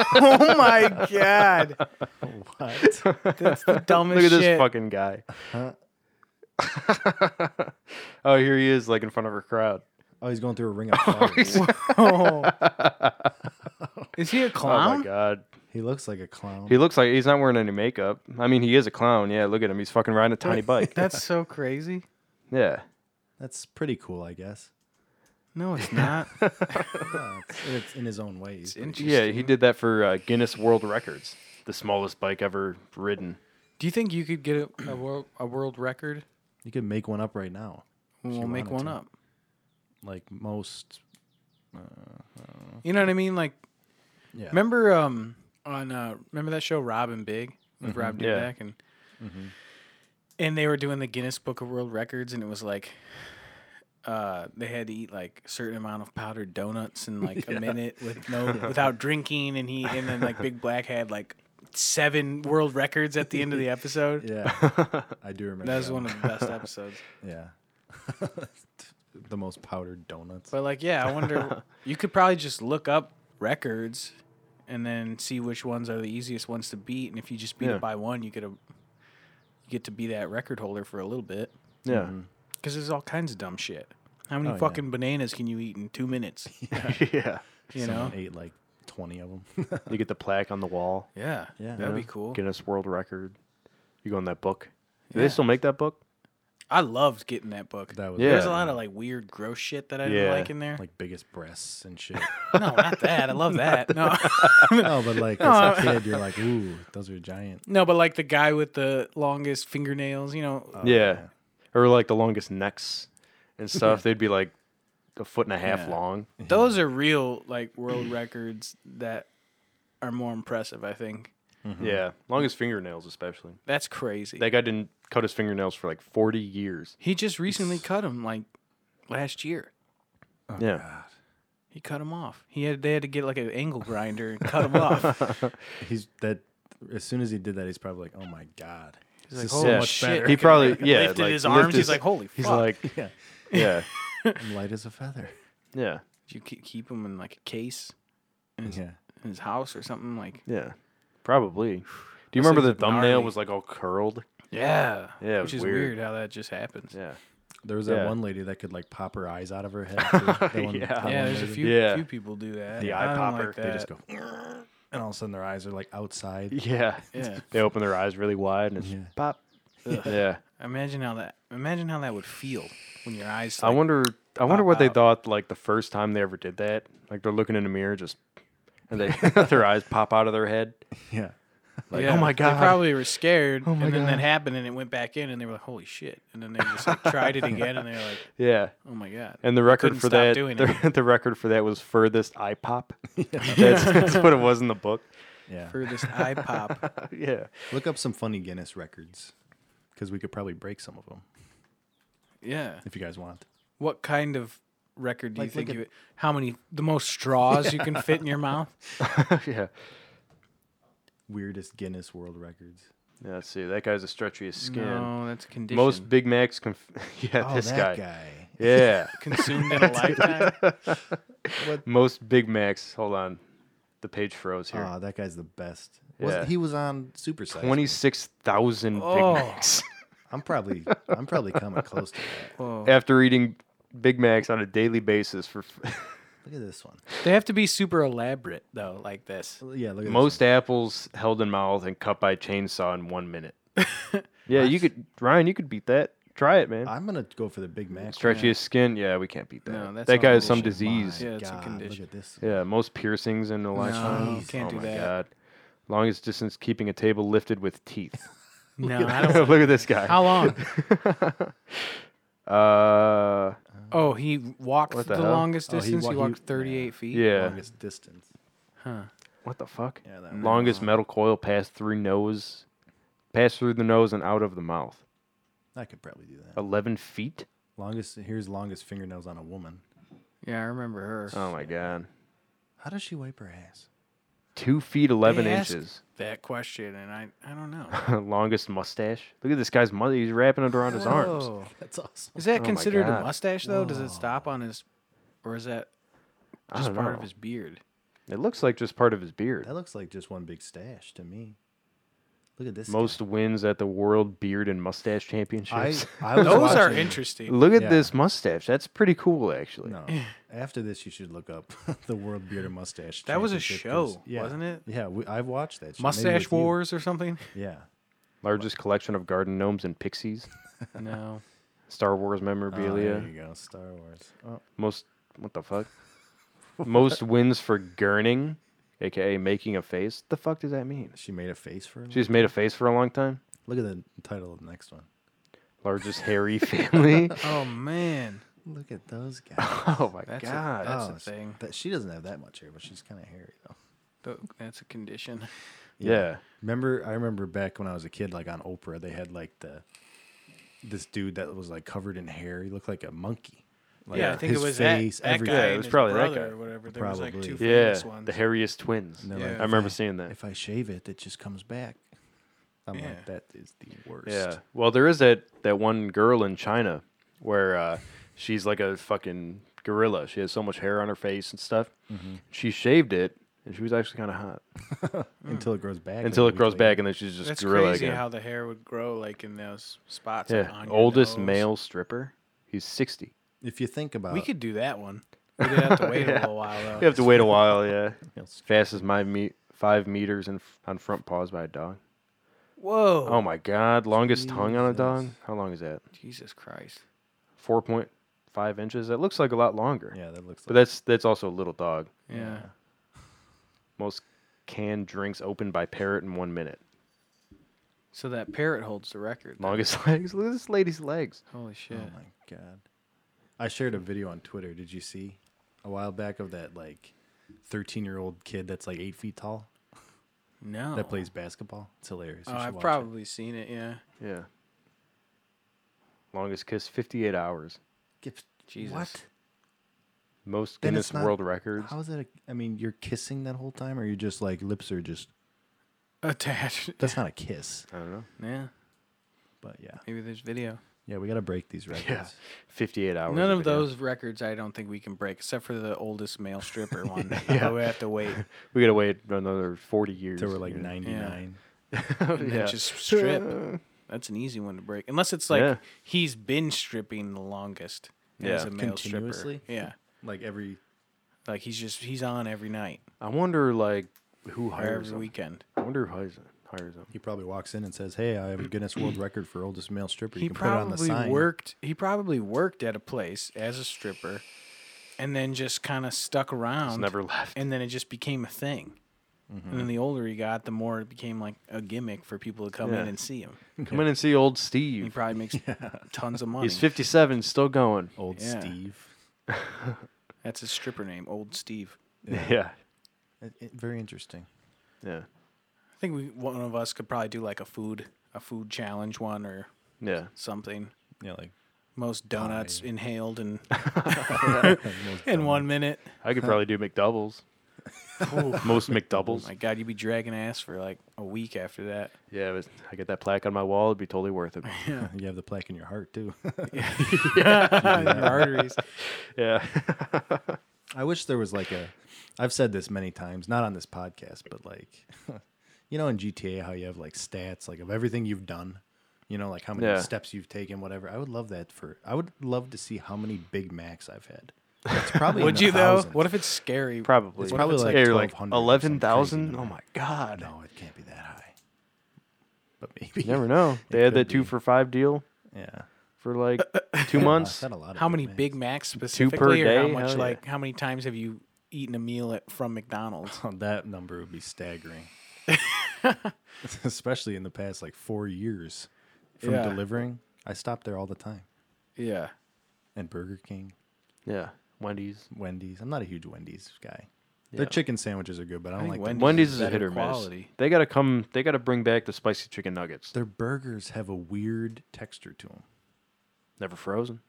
C: [LAUGHS]
B: [LAUGHS]
C: oh my god,
A: What?
C: that's the dumbest
B: Look at this
C: shit. [LAUGHS] Uh-huh.
B: fucking guy. [LAUGHS] oh, here he is, like in front of a crowd.
A: Oh, he's going through a ring of fire.
C: Oh. Is he a
B: Oh
C: clown?
B: my god.
A: he looks like a clown.
B: He looks like he's not wearing any makeup. I mean, he is a clown. Yeah, look at him. He's fucking riding a
C: [LAUGHS]
B: tiny bike.
C: That's so crazy.
B: Yeah.
A: That's pretty cool, I guess.
C: No, it's not.
A: Yeah, it's, it's in his own way.
C: It's
A: He's
B: [LAUGHS]
C: interesting.
B: Yeah, he did that for uh, Guinness World Records. The smallest bike ever ridden.
C: Do you think you could get a, a world a world record?
A: You could make one up right now.
C: We'll make
A: wanted
C: one
A: to.
C: up.
A: Like most.
C: You know what I mean? Like,
A: Yeah.
C: remember um on uh remember that show Robin Big with
A: Mm-hmm.
C: Rob Dyrdek
B: Yeah.
C: and and they were doing the Guinness Book of World Records and it was like uh they had to eat like a certain amount of powdered donuts in
A: [LAUGHS]
C: like a minute with no without drinking and he and then like Big Black had like seven world records at the end of the episode.
A: [LAUGHS] yeah. I do remember.
C: That was
A: that
C: one of the best episodes.
A: Yeah. [LAUGHS] the most powdered donuts.
C: But like, yeah, I wonder. you could probably just look up records, and then see which ones are the easiest ones to beat. And if you just beat
B: Yeah.
C: it by one, you get a you get to be that record holder for a little bit.
B: Yeah.
A: Mm-hmm.
C: Because there's all kinds of dumb shit. How many
A: Oh, yeah.
C: fucking bananas can you eat in two minutes?
B: [LAUGHS]
C: Mm-hmm.
B: yeah.
C: You know?
A: Someone ate like 20 of them.
B: You get the plaque on the wall.
C: Yeah,
A: Yeah.
C: that'd
B: you
C: be
B: know?
C: cool.
B: Guinness World Record. You go in that book. Do
C: Yeah.
B: they still make that book?
C: I loved getting that book.
A: that was
B: Yeah.
C: There's a lot of like weird, gross shit that I didn't
B: Yeah.
C: like in there.
A: like biggest breasts and shit.
C: no, not that. I love that. No. [LAUGHS]
A: no, but like as a kid, you're like, ooh, those are giant.
C: No, but like the guy with the longest fingernails, you know,
B: yeah. Or like the longest necks and stuff. They'd be like a foot and a half
C: Yeah.
B: long.
C: Those are real like world records that are more impressive, I think.
B: Yeah. Longest fingernails, especially.
C: That's crazy.
B: That guy didn't cut his fingernails for like 40 years.
C: he just recently cut them like last year. Oh,
B: yeah.
C: He cut them off. He had they had to get like an angle grinder
B: [LAUGHS]
C: and cut them off.
A: He's that. As soon as he did that, he's probably like, oh my god.
C: He's
A: This
C: like,
A: is
C: "Holy
A: so
B: yeah.
A: much
C: shit."
A: better.
B: He probably, yeah.
C: Lifted
B: like,
C: his
B: lift
C: arms. He's like, holy fuck.
B: He's
C: [LAUGHS]
B: like,
A: Yeah.
B: yeah.
A: I'm light as a feather.
B: Yeah.
C: If you ke- keep them in like a case
A: [LAUGHS] Yeah.
C: in his house or something like.
B: Yeah.
C: [SIGHS]
B: Probably. Do you
C: Those
B: remember the
C: things are
B: thumbnail
C: gnarly.
B: was like all curled?
C: Yeah.
B: Yeah, it
C: Which
B: was
C: is
B: weird.
C: weird. how that just happens.
B: Yeah.
A: There was that
B: Yeah.
A: one lady that could like pop her eyes out of
B: [LAUGHS]
A: her head. too. That one-
B: Yeah.
A: that
C: Yeah,
A: one
C: there's a
A: lady.
C: few
B: Yeah.
C: few people do that.
B: The
C: I
B: eye
C: don't
B: popper.
C: Like
B: They
C: that.
A: They just go, and all of a sudden their eyes are like
B: [LAUGHS]
A: outside.
B: [LAUGHS] Yeah.
C: Yeah.
B: They open their eyes really wide and it's
A: Yeah.
B: pop.
C: Ugh.
B: Yeah.
C: Imagine how that. Imagine how that would feel when your eyes.
B: I
C: Like,
B: wonder. I wonder what they
C: out.
B: thought like the first time they ever did that. Like they're looking in the mirror, just and [LAUGHS] they their eyes pop out of their head.
A: Yeah.
B: Like, oh my
C: They
B: god,
C: probably were scared.
B: my
C: and then
B: God.
C: that happened and it went back in and they were like, holy shit. And then they just like tried it again and they were like,
B: yeah.
C: oh my God.
B: [LAUGHS] And the record
C: Couldn't
B: for
C: stop
B: that, [LAUGHS]
C: doing
B: the, the record for that was furthest eye [LAUGHS] pop. that's, that's what it was in the book.
A: Yeah.
C: for this eye pop.
B: [LAUGHS] yeah, [LAUGHS]
A: Look up some funny Guinness records because we could probably break some of them
C: Yeah.
A: if you guys want.
C: What kind of record do
A: Like,
C: you think
A: look
C: you would, how many, the most straws you can fit in your
B: [LAUGHS]
C: mouth?
B: yeah.
A: Weirdest Guinness World Records.
B: Yeah. let's see, that guy's the stretchiest skin.
C: No, that's
B: [LAUGHS]
C: condition.
B: Most Big Macs. Conf- yeah,
A: Oh,
B: this
A: that guy.
B: [LAUGHS] Yeah.
C: consumed in a lifetime.
B: Most Big Macs. Hold on, the page froze here.
A: Oh, that guy's the best. Was,
B: Yeah.
A: he was on Super Size.
B: Twenty six thousand
C: Oh.
B: Big [LAUGHS] Macs
A: I'm probably I'm probably coming close to that.
C: Whoa.
B: after eating Big Macs on a daily basis for [LAUGHS]
A: Look at this one.
C: They have to be super elaborate though, like this.
A: Yeah, look at Most
B: most apples held in mouth and cut by chainsaw in one
C: [LAUGHS]
B: minute. yeah, you could Ryan, you could beat that. Try it, man.
A: I'm gonna go for the Big Mac.
B: Stretchiest skin. Yeah, we can't beat that.
C: No, that
B: that guy
C: sounds
B: has some
C: bullshit.
B: disease.
A: My
C: Yeah, it's a
A: God,
C: condition.
A: Look at this.
B: Yeah, most piercings in the lifetime.
C: No, can't
B: oh
C: do
B: my
C: that.
B: god. Longest distance keeping a table lifted with teeth. [LAUGHS]
C: No, I don't.
B: Look at this guy.
C: [LAUGHS]
B: [LAUGHS]
C: How long?
B: Uh,
C: Oh, he walked
B: What
C: the,
B: the hell?
C: longest
A: Oh, he
C: distance.
A: wa-
C: he,
A: he-
C: walked 38 feet.
B: yeah.
A: Longest distance.
C: Huh.
B: What the fuck?
A: Yeah, that one.
B: Longest metal coil passed through nose, passed through the nose and out of the mouth.
A: I could probably do that.
B: Eleven feet.
A: Longest here's longest fingernails on a woman.
C: Yeah, I remember her.
B: Oh my god.
A: How does she wipe her ass?
B: Two feet eleven
C: They asked
B: inches.
C: That question, and I, I don't know.
B: [LAUGHS] Longest mustache. Look at this guy's mother. He's wrapping it around his arms. Oh
C: Whoa.
A: That's awesome.
C: Is that
B: my
C: considered a
B: God.
C: mustache though? Does it stop on his, or is that
B: I
C: just
B: don't
C: part of
B: know. [LAUGHS]
C: his beard?
B: It looks like just part of his beard.
A: That looks like just one big stash to me. Look at this.
B: Most wins at the World Beard and Mustache
A: guy.
B: [LAUGHS] Championships.
A: [LAUGHS] I, I was
C: Those are
A: watching-
C: interesting.
B: Look at
A: Yeah.
B: this mustache. That's pretty cool, actually.
C: [LAUGHS]
A: No. After this, you should look up [LAUGHS] the World Beard and Mustache.
C: That was a
A: Championship
C: show,
A: 'cause- yeah.
C: wasn't it?
A: Yeah, we, I've watched that. Show. Maybe
C: Mustache
A: with you.
C: Wars or
A: [LAUGHS]
C: something?
A: Yeah. Uh,
B: Largest collection of garden gnomes and pixies.
C: No.
B: Star Wars
A: Oh,
B: memorabilia.
A: there you go. Star Wars. Oh,
B: Most what the fuck? Most wins for gurning, aka making a face. The fuck does that mean?
A: she made a face for. Him.
B: She's made a face for a long time.
A: Look at the title of the next one.
B: Largest hairy family.
C: Oh man,
A: Look at those guys.
B: oh my
C: that's a,
B: god.
C: [LAUGHS] that's
A: Oh,
C: a thing.
A: That she doesn't have that much hair, but she's kind of hairy though.
C: Th- That's a condition.
B: yeah.
A: Remember, I remember back when I was a kid, like on Oprah, they had like the this dude that was like covered in hair. He looked like a monkey. Like,
C: yeah, I think it
A: his
C: was
A: face,
C: that, that guy.
A: everything.
B: Yeah, it
C: and
B: was
C: his
B: probably that
C: brother
B: guy.
C: Or whatever. There was like two
A: Probably.
B: Yeah.
C: famous ones.
B: The hairiest twins.
A: And they're
C: Yeah.
A: like,
B: I remember seeing that.
A: If I shave it, it just comes back. I'm
C: Yeah.
A: like, that is the worst.
B: Yeah. Well, there is that that one girl in China where uh, she's like a fucking gorilla. She has so much hair on her face and stuff.
A: Mm-hmm.
C: Mm.
B: She shaved it, and she was actually kind of hot
A: Until it grows back.
B: until
A: like
B: it
A: a
B: grows
A: week
B: back, and then she's just
C: That's
B: gorilla
C: crazy
B: again.
C: how the hair would grow like in those spots. like,
B: yeah.
C: on your
B: Oldest
C: nose.
B: male stripper. He's sixty.
A: later. If you think about
C: We could do that one. We'd have to
B: [LAUGHS]
C: wait a little while
A: Oh,
C: though.
B: You have to wait a while. Yeah.
A: Yes.
B: Fast as my meat. Five meters in, f- on front paws by a dog.
C: Whoa.
B: Oh my God! Longest tongue on a dog.
A: Jesus.
B: How long is that?
C: Jesus Christ.
B: Four point five inches. That looks like a lot longer.
A: Yeah, that looks
B: But
A: like Oh
B: that's that's also a little dog.
C: Yeah.
B: Most canned drinks opened by parrot in one minute.
C: So that parrot holds the record. then.
B: Longest legs. Look at this lady's legs.
C: Holy shit.
A: Oh my god. I shared a video on Twitter. Did you see a while back of that like 13 year old kid that's like eight feet tall
C: No.
A: that plays basketball? It's hilarious. You
C: Oh,
A: should
C: I've
A: watch it.
C: probably seen it.
A: [LAUGHS]
C: Yeah.
B: Yeah. Longest kiss, 58 hours.
A: Gips-
C: Jesus.
A: What?
B: Most
A: Then it's
B: Guinness
A: not-
B: World Records.
A: How is that? A, I mean, you're kissing that whole time, or you're just like lips are just.
C: Attached.
A: That's not a kiss,
B: I don't know.
C: [LAUGHS] yeah.
A: but yeah,
C: Maybe there's video.
A: yeah, we gotta break these records.
B: 58 hours.
C: None of
B: video.
C: those records I don't think we can break, except for the oldest
B: [LAUGHS]
C: male stripper one. yeah. We have to wait.
B: We gotta wait another 40 years.
A: They were like
B: Yeah. [LAUGHS]
A: 99.
C: And then just strip. That's an easy one to break. Unless it's like
B: Yeah.
C: he's been stripping the longest as
B: Yeah.
C: a male
A: Continuously?
C: stripper. Yeah.
A: Like every
C: Like he's just he's on every night
B: [LAUGHS] I wonder like who
C: or
B: hires
C: every
B: them.
C: weekend.
B: I wonder who hires, hires them.
A: he probably walks in and says, "Hey, I have a Guinness
C: [CLEARS THROAT]
A: World Record for oldest male stripper." You
C: he
A: can put it on the
C: probably
A: sign.
C: worked he probably worked at a place as a stripper and then just kind of stuck around
B: never left.
C: [LAUGHS] and then it just became a thing and
A: Mm-hmm.
C: then the older he got the more it became like a gimmick for people to come
B: Yeah.
C: in and see him
B: Come in and see old
C: he
B: Steve.
A: [LAUGHS]
C: probably makes tons of money
B: He's 57, still going.
A: Old
C: Yeah.
A: Steve.
C: that's his stripper name old steve
B: Yeah.
A: It- it- very interesting.
B: [LAUGHS] Yeah.
C: i think we one of us could probably do like a food a food challenge one or
B: Yeah.
C: something
A: Yeah,
C: [LAUGHS]
A: like [LAUGHS]
C: most donuts inhaled in
A: most
C: in one minute
B: I could probably do McDoubles. Most McDoubles.
C: Oh my god you'd be dragging ass for like a week after that
B: Yeah, but I get that plaque on my wall. It'd be totally worth it.
A: [LAUGHS] you have the plaque in your heart
C: [LAUGHS]
A: too. [LAUGHS]
C: your arteries
B: yeah. [LAUGHS]
A: I wish there was like [LAUGHS] a. I've said this many times, not on this podcast, but like you know in GTA how you have like stats like of everything you've done, you know like how many
B: Yeah.
A: steps you've taken, whatever. I would love that for. I would love to see how many Big Macs I've had.
B: [LAUGHS]
A: It's probably
C: Would
A: in the
C: you though?
A: thousands.
C: What if it's scary?
B: Probably.
A: It's probably like
B: Yeah, you're
A: 1,200 or something
B: eleven thousand.
A: crazy
B: Oh
A: number.
B: my god!
A: No, it can't be that high. But maybe
B: You never know. They had
A: could
B: that two
A: be.
B: for five deal
A: [LAUGHS] Yeah. [LAUGHS]
B: for like two months.
A: I've had a lot of
C: How many
A: Macs.
C: Big Macs specifically, or how
B: day?
C: much
B: Hell yeah.
C: like how many times have you eaten a meal at, from McDonald's?
A: [LAUGHS] Oh, that number would be
C: [LAUGHS]
A: staggering. [LAUGHS] Especially in the past like four years from
C: Yeah.
A: delivering. I stopped there all the time.
C: Yeah,
A: And Burger King,
B: Yeah, Wendy's.
A: Wendy's. I'm not a huge Wendy's guy.
B: Yeah.
A: Their chicken sandwiches are good, but I don't
C: think
A: like
C: Wendy's
A: Wendy's.
B: Wendy's is a
C: better
B: hit or miss.
C: quality.
B: They gotta come. They gotta bring back the spicy chicken nuggets.
A: Their burgers have a weird texture to them.
B: Never frozen.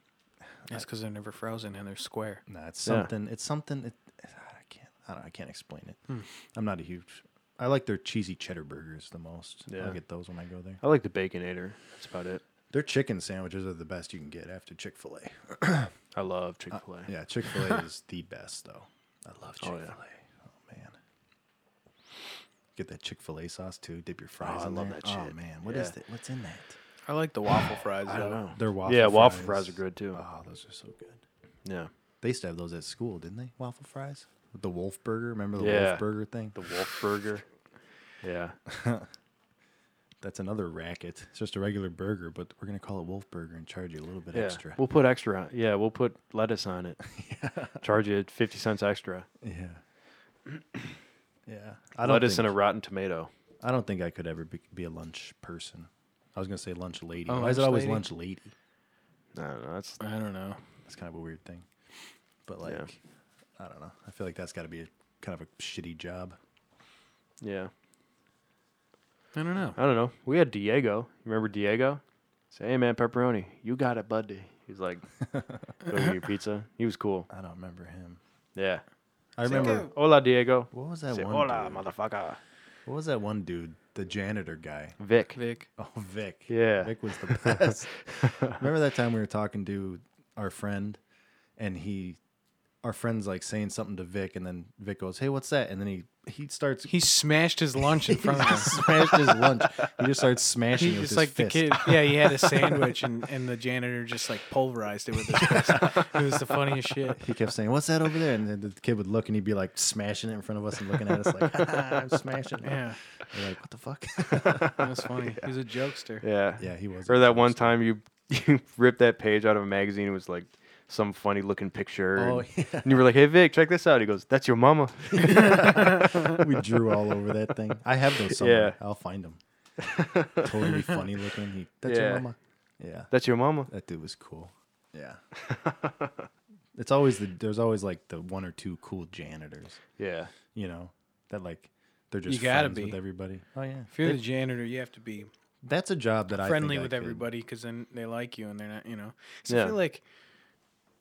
C: that's because they're never frozen and they're square.
A: Nah, it's
B: Yeah.
A: something. It's something. It, I can't. I, don't, I can't explain it.
B: Hmm.
A: I'm not a huge. I like their cheesy cheddar burgers the most.
B: Yeah.
A: I'll get those when I go there.
B: I like the baconator. That's about it.
A: Their chicken sandwiches are the best you can get after Chick Fil
B: [LAUGHS]
A: A.
B: I love Chick Fil A.
A: Uh, Yeah, Chick Fil A is the best though. I love Chick
B: Oh,
A: Fil A.
B: yeah.
A: Oh, man, get that Chick Fil A sauce too. Dip your fries.
B: I
A: in
B: love
A: there.
B: that
A: Oh
B: shit.
A: man, what is
B: Yeah.
A: that? What's in that?
C: I like the waffle fries though.
A: Their waffle.
B: yeah, waffle fries are good too.
A: Oh, those are so good.
B: Yeah,
A: They used to have those at school, didn't they? Waffle fries. With the Wolf Burger. Remember the
B: Yeah.
A: Wolf Burger thing?
B: the Wolf Burger. Yeah,
A: That's another racket. It's just a regular burger, but we're gonna call it Wolf Burger and charge you a little bit
B: yeah.
A: extra.
B: We'll put extra. on Yeah, we'll put lettuce
A: [LAUGHS]
B: on it. Charge you fifty cents extra.
A: Yeah. [CLEARS THROAT] yeah. I don't
B: Lettuce
A: think,
B: and a rotten tomato.
A: I don't think I could ever be, be a lunch person. I was gonna say lunch lady.
C: Oh,
A: Why is it
C: lunch
A: always
C: lady?
A: lunch lady?
B: I don't know. That's
C: I don't know.
A: That's kind of a weird thing. But like,
B: Yeah.
A: I don't know. I feel like that's got to be a kind of a shitty job.
B: yeah.
C: I don't know.
B: I don't know. We had Diego. You remember Diego? Say, hey man, pepperoni. You got it, buddy. He's like, go get your pizza. He was cool.
A: I don't remember him.
B: Yeah.
A: I remember
B: Hola, Diego.
A: what was that
B: Say,
A: one?
B: hola,
A: dude?
B: motherfucker.
A: What was that one dude? The janitor guy. [LAUGHS]
B: Vic.
C: Vic.
A: Oh, Vic.
B: Yeah.
A: Vic
C: [LAUGHS]
A: was the best. Remember that time we were talking to our friend and he our friend's like saying something to Vic and then Vic goes, "Hey, what's that?" And then he he starts
C: He smashed his lunch [LAUGHS] in front
A: [LAUGHS]
C: of
A: he
C: us.
A: smashed his lunch. He just starts smashing
C: He
A: it with
C: just
A: his
C: like
A: fist.
C: the kid. Yeah, he had a sandwich and, and the janitor just like pulverized it with his fist. it was the funniest shit.
A: He kept saying, "What's that over there?" And then the kid would look and he'd be like smashing it in front of us and looking at us like, [LAUGHS] "I'm smashing it."
C: Yeah,
A: We're like, "What the
C: [LAUGHS]
A: fuck?" [LAUGHS]
C: that was funny. He was a jokester.
B: Yeah.
A: yeah, he was.
B: Or that one time you [LAUGHS] you ripped that page out of a magazine. It was like some funny looking picture.
A: Oh,
B: and,
A: [LAUGHS] yeah.
B: and you were like, hey Vic, check this out. He goes, that's your mama.
A: we drew all over that thing. I have
B: [LAUGHS]
A: those somewhere. I'll find them. totally funny looking. He, that's
B: Yeah.
A: your mama. Yeah,
B: that's your mama.
A: that dude was cool. Yeah. it's always the there's always like the one or two cool janitors,
B: Yeah.
A: you know, that like they're just
C: You gotta
A: friends with
C: be.
A: everybody. Oh yeah,
C: If you're the janitor, you have to be
A: that's a job that I think
C: friendly
A: I
C: with
A: could-
C: everybody because then they like you and they're not, you know. So I
B: Yeah.
C: feel like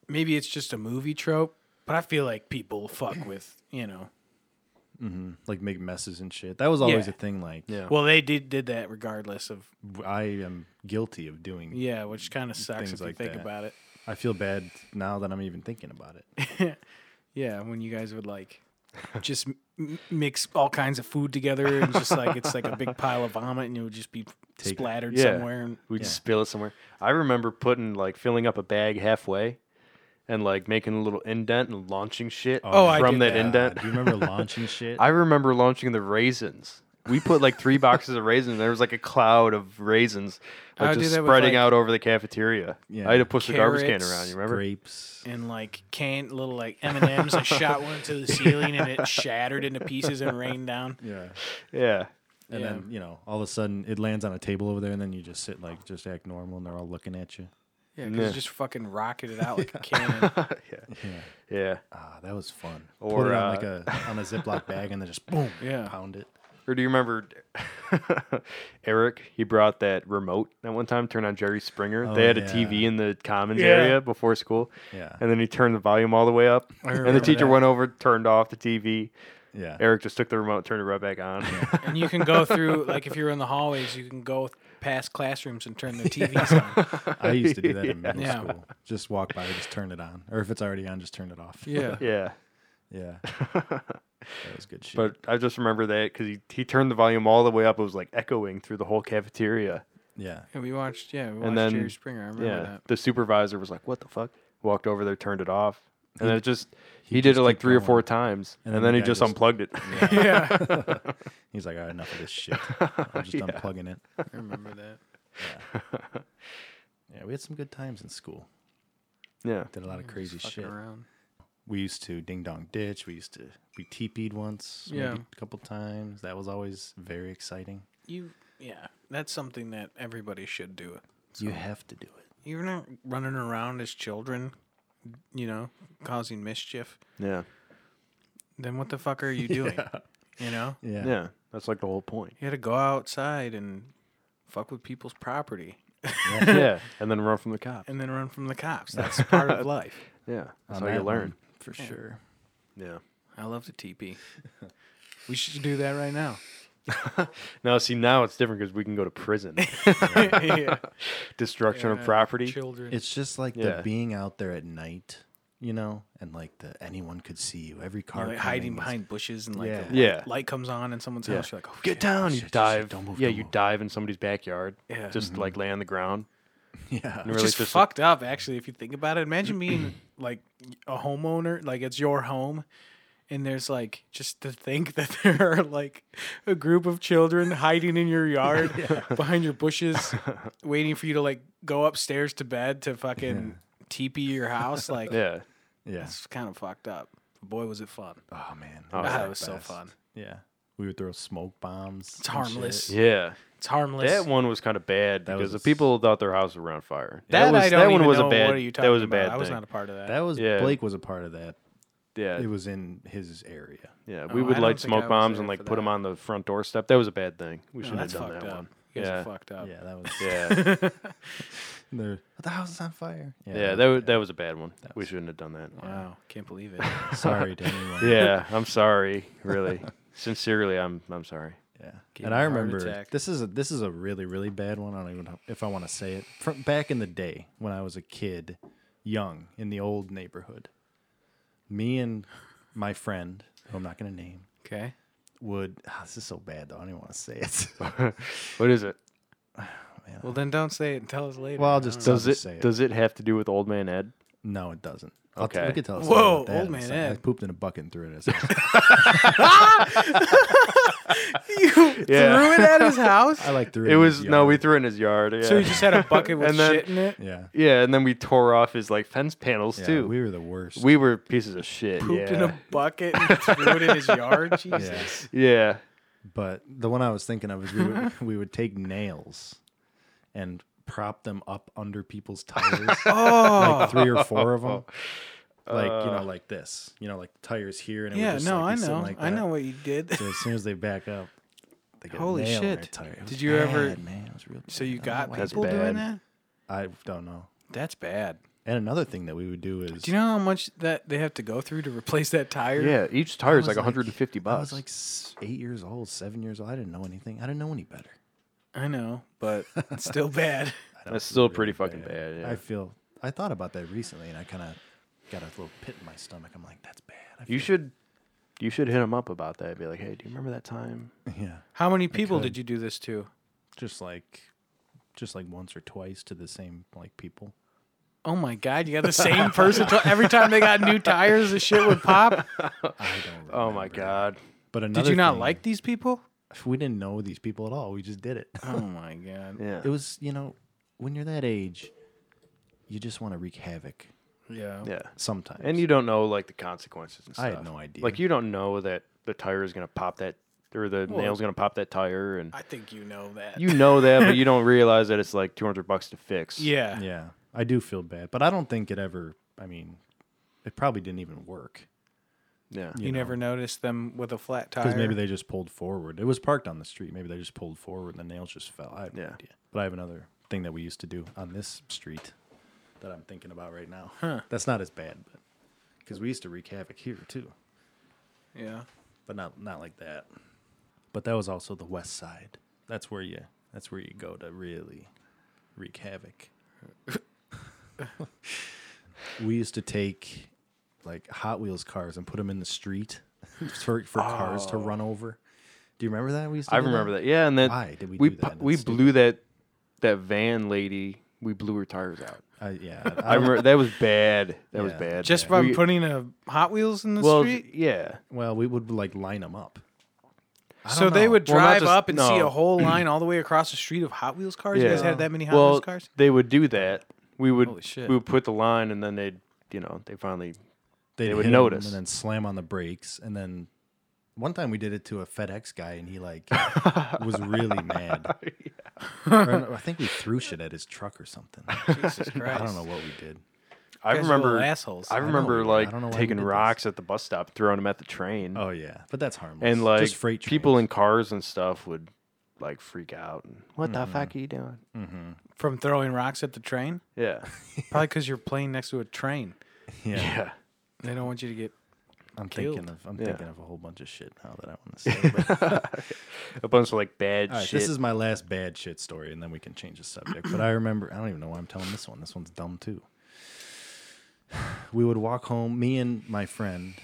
C: maybe it's just a movie trope, but I feel like people fuck with, you know.
A: Like make messes and shit. That was always a
C: Yeah.
A: thing. Like
B: Yeah.
C: Well, they did did that regardless of
A: I am guilty of doing.
C: yeah, which kind of sucks
A: Things
C: if you
A: like
C: think
A: that.
C: about it.
A: I feel bad now that I'm even thinking about it.
C: Yeah, when you guys
A: [LAUGHS]
C: would like just m- mix all kinds of food together and just like it's like a big pile of vomit and it would just be splattered
B: yeah.
C: somewhere. And,
B: We'd spill it somewhere. I remember putting like filling up a bag halfway and like making a little indent and launching shit
C: Oh, I
B: from
C: did
B: that,
C: that.
B: indent.
A: Uh, Do you remember
B: [LAUGHS]
A: launching shit?
B: I remember launching the raisins. We put like three boxes of raisins. There was like a cloud of raisins
C: Oh, I
B: like,
C: would
B: just
C: do that with,
B: spreading
C: like,
B: out over the cafeteria.
A: Yeah.
B: I had to push the garbage
C: Carrots,
B: can around. You remember?
A: grapes.
C: and like canned little like M and M's. I shot one to the ceiling and it shattered into pieces and rained down.
A: Yeah.
B: Yeah.
A: And
C: Yeah.
A: then, you know, all of a sudden it lands on a table over there and then you just sit like just act normal and they're all looking at you.
C: Yeah, because
B: Yeah.
C: it just fucking rocketed
B: [LAUGHS]
C: out like a cannon.
B: Yeah.
A: [LAUGHS] Ah, that was fun. Put
B: Or,
A: it on
B: uh,
A: like a on a Ziploc bag and then just boom,
C: Yeah.
A: pound it.
B: Or do you remember [LAUGHS] Eric? He brought that remote that one time, turned on Jerry Springer. they had a
A: yeah.
B: TV in the commons
C: Oh, Yeah.
B: area before school.
A: Yeah.
B: And then he turned the volume all the way up. And the
C: remember
B: teacher
C: that.
B: went over, turned off the TV.
A: Yeah.
B: [LAUGHS] Eric just took the remote, turned it right back on. [LAUGHS]
C: and you can go through like if you're in the hallways, you can go past classrooms and
B: [LAUGHS]
C: turn their TVs on.
A: I used to do that in middle
C: Yeah.
A: school. Just [LAUGHS] walk by, just turn it on. Or if it's already on, just turn it off.
B: [LAUGHS]
C: Yeah.
B: yeah.
A: Yeah. That was good shit.
B: But I just remember that because he, he turned the volume all the way up. It was like echoing through the whole cafeteria.
A: yeah,
C: And we watched, yeah, we watched
B: And then-
C: Jerry Springer. I remember
B: yeah.
C: that.
B: The supervisor was like, "What the fuck?" Walked over there, turned it off, and
A: He-
B: then it just
A: he
B: he, did
A: just
B: it like
A: kept
B: three or
A: going.
B: four times,
A: And
B: and,
A: then the
B: then he
A: guy
B: just
A: just-
B: unplugged it. [LAUGHS]
C: Yeah,
A: [LAUGHS] he's like, all right, enough of this shit. I'm
B: [LAUGHS]
A: just unplugging it.
C: I remember that.
A: Yeah, we had some good times in school.
B: yeah.
A: Did a lot of crazy shit.
C: Fucking around.
A: We used to ding dong ditch. We used to we teepeed once,
C: Yeah.
A: maybe a couple times. That was always very exciting.
C: You, yeah, that's something that everybody should do.
A: You have to do it.
C: You're not running around as children, you know, causing mischief.
B: Yeah.
C: Then what the
A: [LAUGHS]
C: fuck are you doing? You know,
A: Yeah,
B: Yeah. That's like the
A: [LAUGHS]
B: whole point.
C: you had to go outside and fuck with people's property,
A: [LAUGHS]
B: yeah. And then run from the cop.
C: and then run from the cops. That's
B: [LAUGHS]
C: part of life.
B: Yeah. That's
A: On
B: how you
A: that one,
B: learn.
A: for sure.
B: Yeah.
C: I love the TP. [LAUGHS] We should do that
B: [LAUGHS]
C: right now.
B: Now, see, now it's different because we can go
A: [LAUGHS]
B: to prison.
C: [LAUGHS] yeah.
B: Destruction
C: Yeah,
B: of property.
C: Children.
A: It's just like
B: Yeah.
A: the being out there at night, you know, and like the anyone could see you. Every car
C: You're, like hiding
A: coming is-
C: behind bushes and like
A: Yeah.
C: the light,
B: Yeah.
C: light comes on in someone's house. You're like, oh,
B: Get
C: shit.
B: down.
A: shit,
B: You
A: shit, shit,
B: dive.
A: don't move,
B: yeah,
A: don't
B: you
A: move. mm-hmm.
B: dive in somebody's backyard.
C: Yeah.
B: Just like lay on the ground.
A: [LAUGHS] Yeah,
B: Really
C: Which is
B: just a-
C: fucked up, actually, if you think about it. Imagine being
B: [CLEARS THROAT]
C: like a homeowner, like it's your home, and there's like just to think [LAUGHS] that there are like a group of children hiding in
B: [LAUGHS]
C: your yard behind your bushes, waiting for you to like go upstairs to bed to fucking teepee your house. Like,
B: Yeah.
A: yeah.
C: that's kind of fucked up. Boy, was it fun.
A: Oh man,
B: Oh,
A: the
C: that was so
A: best.
C: fun.
A: Yeah, we would throw smoke bombs.
C: It's harmless.
B: Yeah.
C: It's harmless.
B: That one was kind of bad
A: That
B: because
A: was-
B: the people thought their house was on fire.
C: That,
B: was,
C: I don't
B: that one
C: even
B: was
C: know.
B: a bad.
C: what are you
B: that was a
C: talking
B: bad
C: about. I was
B: thing.
C: not a part of that.
A: That was
B: Yeah.
A: Blake was a part of that.
B: yeah,
A: It was in his area.
B: yeah.
C: Oh,
B: We
C: I
B: would
C: don't
B: light
C: think I
B: smoke
C: was
B: bombs
C: there
B: and
C: for
B: like put them
C: that.
B: on the front doorstep. That was a bad thing. We
C: No,
B: shouldn't have
C: that's
B: done
C: fucked
B: that
C: up.
B: one.
C: You guys
B: Yeah.
C: are fucked up.
A: Yeah, that was.
C: [LAUGHS]
B: Yeah,
A: The,
B: [LAUGHS]
A: the house is on fire.
B: yeah. That was, that was a bad one. We shouldn't have done that.
C: Wow, can't believe
B: [LAUGHS]
C: it.
A: sorry
C: [LAUGHS]
A: to anyone.
B: yeah, I'm sorry. Really, sincerely, I'm I'm sorry.
A: Yeah.
C: Gave
A: and
C: him
A: I
C: a heart
A: remember
C: attack.
A: this is a this is a really really bad one. I don't even know if I want to say it. From back in the day when I was a kid, young in the old neighborhood, me and my friend, who I'm not going to name,
C: Okay.
A: would ah, this is so bad though. I don't even want to say it. [LAUGHS] Oh,
B: What is it?
C: Well, then don't say it and tell us later.
A: well, I'll just I'll
B: Does
A: just
B: it
A: say it.
B: does it have to do with Old Man Ed?
A: No, it doesn't. I'll t-
B: Okay.
A: we could tell us
C: Whoa,
A: about that
C: old
A: in a
C: man
A: second. I
C: Ed.
A: pooped in a bucket and threw it at his [LAUGHS] house.
C: you
B: Yeah.
C: threw
B: [LAUGHS]
C: it at his house.
A: I like threw it.
B: It
A: in
B: was
A: his
B: no,
A: yard.
B: we threw it in his yard. Yeah.
C: So he just had a
B: [LAUGHS]
C: bucket with
B: And then-
C: shit in it.
A: Yeah.
B: yeah, and then we tore off his like fence panels
A: yeah
B: too.
A: we were the worst.
B: We were pieces of shit.
C: Pooped
B: yeah.
C: in a bucket and threw it in
B: [LAUGHS]
C: his yard. Jesus.
A: yeah.
B: yeah.
A: But the one I was thinking of is we
C: [LAUGHS]
A: would, [LAUGHS] we would take nails and prop them up under people's
C: [LAUGHS]
A: tires,
C: Oh. Uh.
A: like three or four of them, like you know, like this, you know, like the tires here, and it would
C: yeah.
A: just,
C: No,
A: like,
C: I
A: be sitting
C: know.
A: Like
C: I
A: that.
C: know what you did.
A: So as soon as they back up, they get
C: Holy
A: a nail in their
C: shit.
A: tire. It
C: Did
A: was
C: you ever-
A: bad, Man, it was real.
C: [LAUGHS] So
A: bad.
C: you
A: I don't
C: got
A: know why-
B: That's
C: people doing
B: bad.
C: that?
A: I don't know.
C: That's bad.
A: And another thing that we would do is,
C: Do you know how much that they have to go through to replace that tire?
B: Yeah, each tire is
A: was
B: like
A: like-
B: 150 bucks.
A: I was like s- eight years old, seven years old. I didn't know anything. I didn't know any better.
C: I know, but it's still bad.
B: That's still pretty fucking bad. yeah.
A: I feel I thought about that recently, and I kind of got a little pit in my stomach. I'm like, that's bad. I
B: you should, you should hit him up about that. Be like, hey, do you remember that time?
A: feel- [LAUGHS] yeah,
C: How many people did you do this to?
A: just like, just like once or twice to the same like people.
C: Oh my god, you got the same person twi- every time they got new tires, the shit would pop.
A: I [LAUGHS] don't. Remember.
B: Oh my god.
A: But another
C: Did you not
A: thing,
C: like these people?
A: We didn't know these people at all. We just did it. [LAUGHS]
C: Oh my god.
B: Yeah.
A: it was you know when you're that age, you just want to wreak havoc
C: Yeah.
B: yeah.
A: sometimes.
B: And you don't know like the consequences and stuff.
A: I had no idea.
B: Like you don't know that the tire is gonna pop that, or the nail's gonna pop that tire, and
C: I think you know that.
B: you know that,
A: [LAUGHS]
B: but you don't realize that it's like 200 bucks to fix.
C: [LAUGHS] yeah.
A: yeah, I do feel bad, but I don't think it ever. I mean, it probably didn't even work.
B: Yeah.
C: You, never noticed them with a flat tire.
A: Because maybe they just pulled forward. It was parked on the street. Maybe they just pulled forward and the nails just fell. I have no
B: Yeah.
A: idea. But I have another thing that we used to do on this street that I'm thinking about right now. That's not as bad, but because we used to wreak havoc here too,
C: Yeah.
A: but not not like that. But that was also the west side. That's where you that's where you go to really [LAUGHS] wreak havoc. we used to take like Hot Wheels cars and put them in the street for, for cars to run over. Do you Oh. remember that? We used to
B: I
A: do
B: remember that. Yeah, and then
A: Why did we do that?
B: pu-
A: That's
B: we
A: stupid.
B: blew that that van lady. We blew her tires out.
A: I, Uh, yeah, [LAUGHS] I,
B: I remember that was bad. That was
A: Uh-huh. Yeah.
B: bad.
C: Just
B: by
C: by putting a Hot Wheels in the
B: well,
C: street.
B: yeah.
A: well, we would like line them up. I
C: So
A: don't
C: they
A: know.
C: would
B: Well, not
C: drive
B: just-
C: up and see
B: no.
C: a whole line all the way across the street of Hot Wheels cars. You guys
B: Yeah.
C: had that many Hot
B: well,
C: Wheels cars?
B: they would do that. We would
C: Holy shit.
B: we would put the line, and then they'd you know they finally
A: They'd
B: they would
A: hit 'em
B: notice.
A: and then slam on the brakes and then. One time we did it to a FedEx guy and he
B: [LAUGHS]
A: like was really mad. Or, I think we threw shit at his truck or something.
C: [LAUGHS] Jesus
A: I
C: Christ.
A: don't know what we did.
B: I
C: Guys are little
B: remember
C: assholes.
B: I
C: I know
B: remember
A: we were.
B: like
A: I don't know why we
B: taking
A: did this.
B: rocks at the bus stop, throwing them at the train,
A: Oh yeah, but that's harmless.
B: and like
A: Just freight
B: people in cars and stuff would like freak out. And, what
A: Mm-hmm.
B: the fuck are you doing?
C: From throwing rocks at the train?
A: Mm-hmm. [LAUGHS]
B: Yeah,
C: Probably because you're playing next to a train.
A: in yeah.
B: yeah.
C: They don't want you to get.
A: I'm
C: killed.
A: thinking of I'm
B: Yeah.
A: thinking of a whole bunch of shit now that I want to say. but-
B: A bunch of like bad
A: All right,
B: shit.
A: this is my last bad shit story, and then we can change the subject. But I remember I don't even know why I'm telling this one. This one's dumb too. [SIGHS] We would walk home, me and my friend,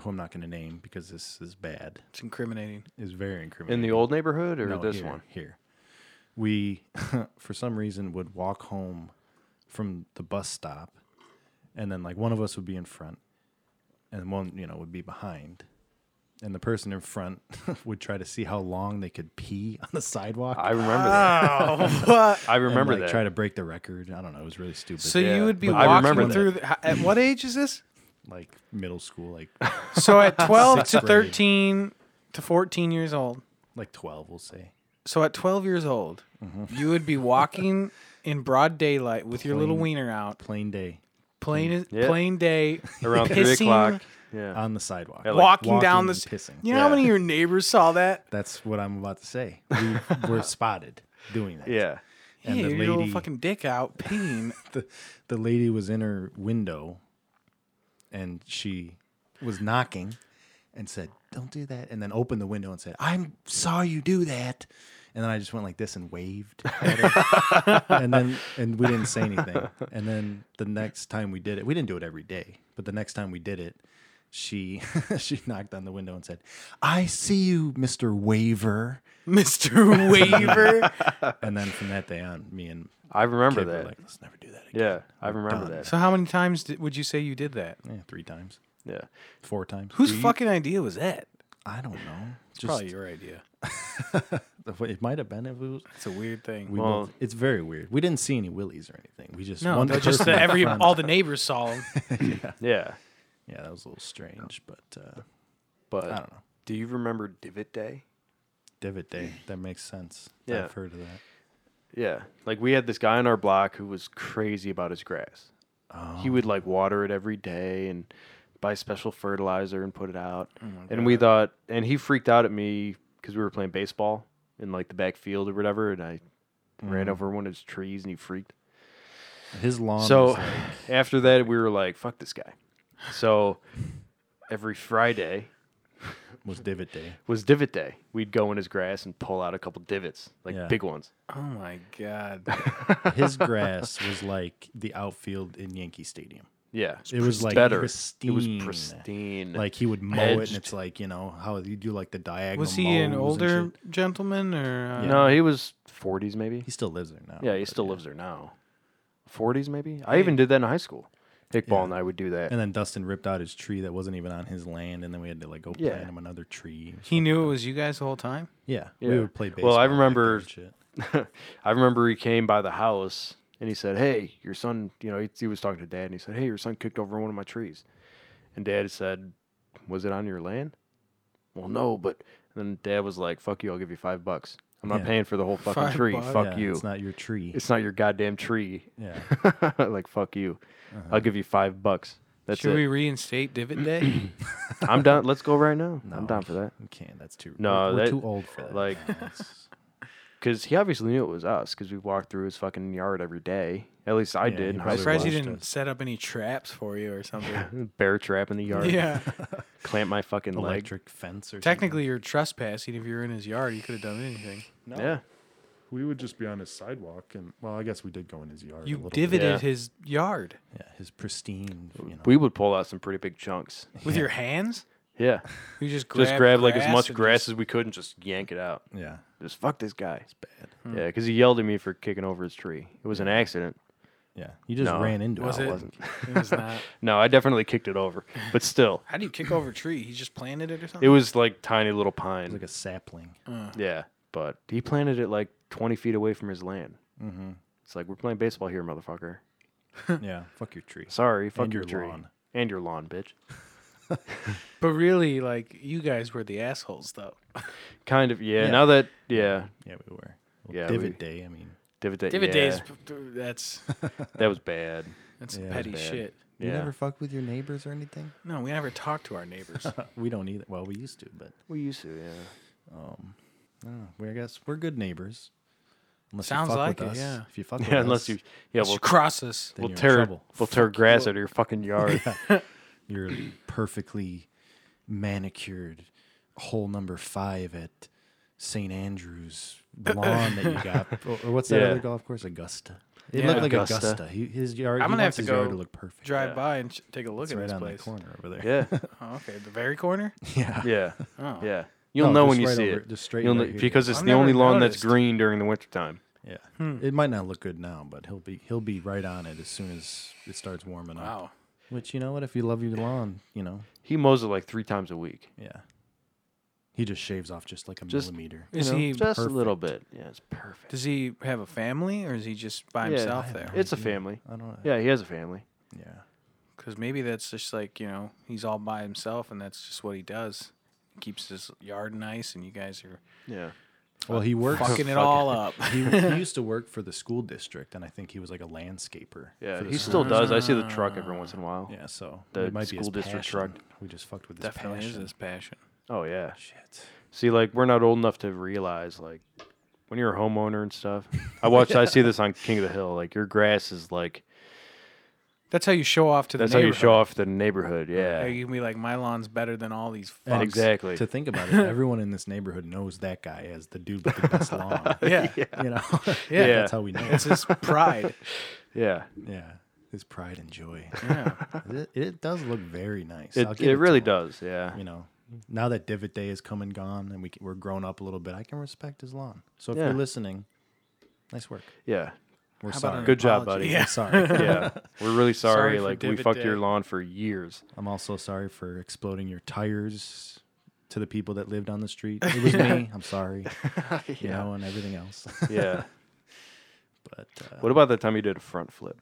A: who I'm not going to name because this is bad,
C: It's incriminating.
A: is very incriminating.
B: in the old neighborhood or this
A: here,
B: one?
A: here. We, [LAUGHS] for some reason, would walk home from the bus stop, and then like one of us would be in front, and one you know would be behind, and the person in front [LAUGHS] would try to see how long they could pee on the sidewalk.
B: I remember that. [LAUGHS]
C: What?
B: I
A: and,
B: remember
A: like,
B: that.
A: Try to break the record. I don't know. It was really stupid.
C: So
B: Yeah.
C: you would be
B: But I remember
C: walking
B: that.
C: through. The, ho- at what age is [LAUGHS] this?
A: like middle school, like [LAUGHS]
C: So at 12 to
A: Sixth grade.
C: 13 to 14 years old.
A: like twelve, we'll say.
C: So at 12 years old,
B: Mm-hmm.
C: you would be walking in broad daylight with your little
A: Plain-
C: wiener out,
A: Plain day
C: plain
B: Mm. Yeah.
C: plain day,
B: [LAUGHS] Around three
C: pissing,
B: o'clock. Yeah.
A: on the sidewalk.
B: Yeah, like,
C: walking, down the
A: and
C: s-
A: pissing.
C: You know how
B: Yeah.
C: many of your neighbors saw
B: [LAUGHS]
C: that?
A: That's what I'm about to say. We were [LAUGHS] spotted doing that.
B: yeah.
C: Yeah,
A: And the
C: your little
A: lady-
C: fucking dick out peeing. [LAUGHS]
A: the the lady was in her window and she was knocking and said, Don't do that. And then opened the window and said, I saw you do that. And then I just went like this and waved at her. and then and we didn't say anything. And then the next time we did it, we didn't do it every day, but the next time we did it, she [LAUGHS] she knocked on the window and said, I see you, Mr. Waver.
C: Mr.
B: [LAUGHS]
C: Waver.
A: And then from that day on, me and
B: I remember
A: Kate were
B: that.
A: like, let's never do that again.
B: yeah, I remember
A: done. [LAUGHS]
B: that.
C: so how many times did, would you say you did that?
A: Yeah, three times,
B: Yeah.
A: four times.
C: Whose fucking idea was that?
A: I don't know. Just
C: Probably your
A: [LAUGHS]
C: idea.
A: it might have been if it was.
C: It's a weird thing.
A: We
B: Well-
A: both, it's very weird. We didn't see any willies or anything. We just
C: no,
A: one
C: they're just
A: person
C: that
A: in
C: every
A: front.
C: all the neighbors saw him.
B: Yeah.
A: Yeah, that was a little strange, but uh,
B: But
A: I don't know.
B: Do you remember Divot Day?
A: Divot day. That makes sense.
B: Yeah.
A: I've heard of that.
B: Yeah. Like we had this guy on our block who was crazy about his grass. He
A: Oh.
B: would like water it every day and buy special fertilizer and put it out.
A: Oh
B: and we thought, and he freaked out at me because we were playing baseball in like the backfield or whatever. And I
A: Mm-hmm.
B: ran over one of his trees and he freaked.
A: His lawn.
B: So
A: was like-
B: after that, we were like, fuck this guy. So every Friday
A: was divot day.
B: was divot day. We'd go in his grass and pull out a couple divots, like
A: Yeah.
B: big ones.
C: Oh my god.
A: His grass [LAUGHS] was like the outfield in Yankee Stadium.
B: Yeah.
A: It was like
B: better.
A: pristine.
B: It was pristine.
A: Like he would mow it,
B: Edged.
A: and it's like you know how you do like the diagonal.
C: Was he an
A: mows and
C: older
A: shit.
C: gentleman or uh,
B: no, he was 40s maybe.
A: He still lives there now.
B: Yeah, he
A: but-
B: still lives there now. 40s maybe. I even did that in high school. Hickball and I would do that.
A: And then Dustin ripped out his tree that wasn't even on his land, and then we had to like go
B: Yeah.
A: plant him another tree.
C: He knew it was you guys the whole time?
A: Yeah,
B: Yeah.
A: we would play baseball.
B: Well, I
A: back there
B: remember-
A: and shit.
B: [LAUGHS] I remember he came by the house and he said, "Hey, your son." You know, he, he was talking to dad and he said, "Hey, your son kicked over one of my trees." And dad said, "Was it on your land?" Well, no, but and then dad was like, "Fuck you! I'll give you five bucks. I'm not
A: Yeah.
B: paying for the
A: [LAUGHS]
B: whole fucking
C: Five
B: tree.
C: bucks.
B: Fuck
A: Yeah,
B: you!
A: It's not your tree.
B: your goddamn tree.
A: yeah,
B: [LAUGHS]
A: Uh-huh.
B: like fuck you. I'll give you five bucks. That's
C: Should
B: it.
C: we reinstate Divot Day?
B: I'm down. Let's go right now. I'm
A: No.
B: down for that.
A: we can't. That's too.
B: No,
A: we're, we're
B: that-
A: too old for that.
B: like-
A: now.
B: [LAUGHS]
A: It's-
B: Because he obviously knew it was us because we walked through his fucking yard every day. At least I
A: Yeah,
B: did.
A: he
B: in high
C: I'm
A: probably
C: surprised he
A: watched
C: didn't
A: us.
C: set up any traps for you or something.
B: school. [LAUGHS] Bear trap in the yard.
C: [LAUGHS] yeah.
B: Clamp my fucking leg.
A: electric fence or
C: Technically, you're trespassing if you're in his yard. You could have done anything.
A: something. No.
B: Yeah.
D: We would just be on his sidewalk, and well, I guess we did go in his yard. a
C: You
D: little bit.
C: divoted
B: Yeah.
C: his yard
A: Yeah, his pristine. You know,
B: We would pull out some pretty big chunks.
C: with your hands.
B: Yeah.
C: You just grabbed
B: just grab like as
C: grass
B: much
C: and
B: grass
C: just-
B: as we could and just yank it out.
A: yeah,
B: Just fuck this guy.
A: bad.
B: Yeah, because he yelled at me for kicking over his tree. It was an accident.
A: Yeah, you just
B: No.
A: ran into
C: Was
A: it.
C: it?
B: wasn't.
C: [LAUGHS] It was not.
B: No, I definitely kicked it over, but still,
C: How do you kick over a tree? He just planted it or something.
B: it was like tiny little
A: It
B: pine.
A: was like a sapling.
B: yeah, but he planted it like 20 feet away from his land.
A: Mm-hmm.
B: It's like we're playing baseball here, motherfucker.
A: yeah, fuck your tree.
B: Sorry, fuck
A: And
B: your,
A: your
B: tree
A: lawn.
B: and your lawn, bitch.
C: but really, like you guys were the assholes, though.
B: Kind of. Yeah.
A: Yeah.
B: Now that yeah,
A: Yeah, we were. Well,
B: Yeah,
A: divot
B: we-
A: day. I mean,
B: Divid Day.
C: Divot
B: yeah,
C: days. That's
B: That was bad.
C: that's
A: Yeah, it was
C: petty
B: bad.
C: shit.
A: you
B: Yeah.
A: never fuck with your neighbors or anything.
C: No, we never talk to our neighbors.
A: we don't either. Well, we used to, but
B: We used to. [LAUGHS] Yeah.
A: um, I don't know. We I guess we're good neighbers. Unless
C: Sounds
A: you fuck
C: like
A: with
C: it,
A: us.
C: yeah.
A: If you fuck with
B: [LAUGHS] Yeah. Unless
A: us,
B: you. Yeah.
C: Just
B: We'll
C: cross us.
A: then
B: we'll
A: you're in
B: tear
A: trouble.
B: we'll tear grass out of your fucking
A: [LAUGHS]
B: yard.
A: your perfectly manicured hole number five at St. Andrews lawn that
C: [LAUGHS]
A: you got. Or, or what's that
B: Yeah.
A: other golf course? Augusta. It
C: Yeah.
A: looked like
B: Augusta.
A: Augusta. He, his yard.
C: I'm
A: he
C: gonna have
A: wants
C: to
A: his yard
C: go
A: to look perfect.
C: Drive
B: Yeah.
C: by and sh- take a look
A: it's
C: at
A: right
C: this
A: on
C: place.
A: the corner over there.
B: Yeah.
C: Oh, okay, the
A: [LAUGHS]
C: very corner.
A: Yeah.
B: Yeah.
C: Oh,
B: Yeah. You'll
A: No,
B: know
A: just
B: when you
A: right
B: see
A: over-
B: it.
A: just straight
B: You'll
A: right
B: kn-
A: here.
B: because it's
C: I've
B: the only
C: never
B: lawn that's
C: noticed.
B: green during the wintertime.
A: Yeah.
C: hmm.
A: It might not look good now, but he'll be he'll be right on it as soon as it starts warming up.
C: Wow.
A: Which you know what? If you love your lawn, you know.
B: He mows it like three times a week.
A: Yeah. He just shaves off just like a
B: Just-
A: millimeter.
B: You
C: Is
B: know,
C: he-
B: just a little bit? Yeah, it's perfect.
C: Does he have a family or is he just by
B: Yeah,
C: himself
A: I-
C: there?
B: It's a family.
A: I don't.
B: Yeah, he has a family.
A: Yeah.
C: Because maybe that's just like you know he's all by himself and that's just what he does. keeps his yard nice, and you guys are
B: Yeah.
A: Well, he works.
C: fucking it all up.
A: [LAUGHS] he, he used to work for the school district, and I think he was like a landscaper.
B: Yeah.
A: for the
B: He
A: school
B: still does. I see the truck every once in a while.
A: district. Yeah, so
B: The
A: it might be his
B: school district
A: passion.
B: truck.
A: We just fucked with his
C: [LAUGHS] Definitely is
A: passion.
C: his passion.
B: Oh yeah.
A: Shit.
B: See, like we're not old enough to realize like when you're a homeowner and stuff. I watched. I see this on King of the Hill. Like your grass is like
C: That's how you show off to the
B: that's how you show
C: neighborhood.
B: off the neighborhood. Yeah.
C: Yeah, You can be like, my lawn's better than all these fucks.
A: And
B: exactly.
A: To think
B: [LAUGHS]
A: about it, everyone in this neighborhood knows that guy as the dude with the best lawn.
C: Yeah.
A: You know, [LAUGHS]
C: Yeah.
A: that's how we know.
C: [LAUGHS]
B: [LAUGHS]
C: It's his pride.
B: yeah.
A: Yeah, his pride and joy.
C: Yeah.
A: It, it does look very nice. I'll
B: It
A: give
B: it
A: to
B: really
A: him.
B: does. Yeah.
A: You know, now that divot day is come and gone, and we can, we're grown up a little bit, I can respect his lawn. So if
B: Yeah.
A: you're listening, nice work.
B: Yeah.
A: We're
C: How about
A: sorry.
C: an
B: Good job,
C: apology?
B: buddy.
C: [LAUGHS] Yeah.
A: I'm sorry.
B: yeah. We're really sorry.
C: Sorry for
B: like we
C: divot
B: fucked your
C: day.
B: lawn for years.
A: I'm also sorry for exploding your tires to the people that lived on the street. It was me. I'm sorry. You know, and everything else. [LAUGHS]
B: Yeah.
A: but uh,
B: what about the time you did a front flip?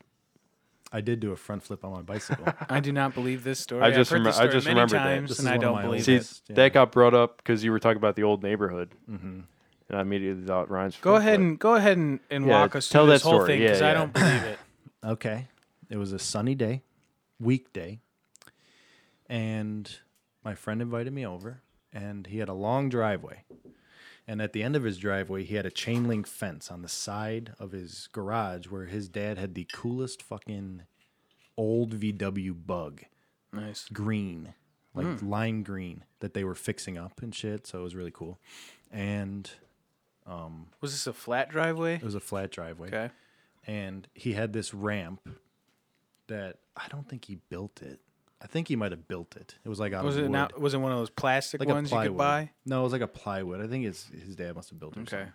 A: I did do a front flip on my bicycle.
C: I do not believe this story.
B: I
C: I've
B: just
C: heard
B: remem-
C: this
B: I
C: story
B: just
C: many
B: remembered that.
C: times,
A: This
C: and
A: is one
C: I
A: of
C: don't
A: my
C: believe
A: old-
B: See,
C: it.
A: that's- yeah.
B: that got brought up because you were talking about the old neighborhood, and I immediately thought Ryan's.
C: Go
B: front
C: ahead
B: flip.
C: and go ahead and, and
B: Yeah,
C: walk us
B: tell
C: through
B: that
C: this whole
B: story.
C: thing
B: Yeah,
C: because
B: yeah.
C: I don't
A: [LAUGHS]
C: believe it.
A: Okay. It was a sunny day, weekday, and my friend invited me over, and he had a long driveway. And at the end of his driveway, he had a chain link fence on the side of his garage where his dad had the coolest fucking old VW bug,
C: Nice.
A: green, like lime green, that they were fixing up and shit. So it was really cool. And
C: Was this a flat driveway?
A: it was a flat driveway.
C: Okay.
A: and he had this ramp that I don't think he built it. I think he might have built it. It was like out
C: Was
A: of
C: it
A: wood.
C: not? Was it one of those plastic
A: like a
C: ones you
A: plywood.
C: could buy?
A: No, it was like a plywood. I think his his dad must have built it. or
C: Okay.
A: something.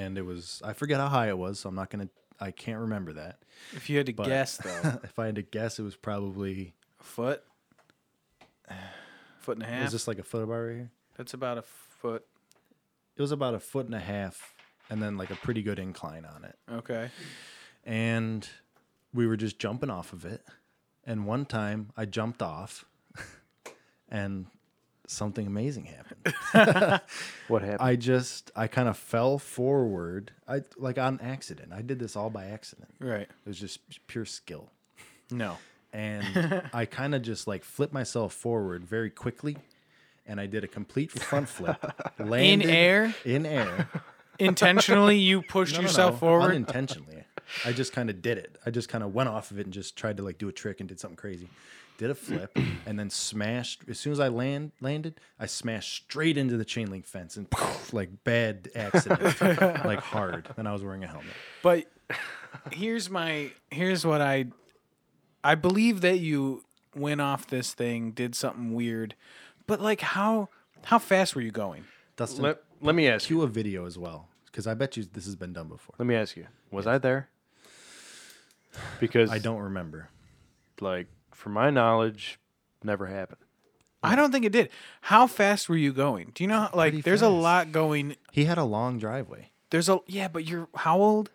A: And it was I forget how high it was, so I'm not gonna I can't remember
C: [LAUGHS]
A: that.
C: If you had to guess, though,
A: if I had to guess, it was probably [LAUGHS]
C: a foot, foot and a half.
A: was this like a foot bar right here?
C: That's about a foot.
A: It was about a foot and a half, and then like a pretty good incline on it.
C: Okay.
A: and we were just jumping off of it. And one time I jumped off [LAUGHS] and something amazing happened.
B: What happened?
A: I just I kind of fell forward. I like on accident. I did this all by accident.
C: Right.
A: It was just pure skill.
C: No.
A: And I kind of just like flipped myself forward very quickly and I did a complete front flip. landed
C: air?
A: In air.
C: Intentionally, you
A: [LAUGHS]
C: pushed
A: No, no,
C: yourself
A: no,
C: forward.
A: unintentionally. I just kind of did it. I just kind of went off of it and just tried to like do a trick and did something crazy, did a
B: [CLEARS THROAT]
A: flip, and then smashed. As soon as I land landed, I smashed straight into the chain link fence
B: [SNIFFS]
A: and like bad accident, like hard. And I was wearing a helmet.
C: But here's my here's what I I believe that you went off this thing, did something weird, but like how how fast were you going?
A: Dustin,
B: Let, let me ask you.
A: cue a video as well, because I bet you this has been done before.
B: Let me ask you. Was I there? Because
A: I don't remember.
B: like from my knowledge, never happened.
C: I don't think it did. How fast were you going? Do you know like
A: Pretty
C: there's a
A: fast.
C: lot going
A: He had a long driveway.
C: there's a yeah, but you're how old?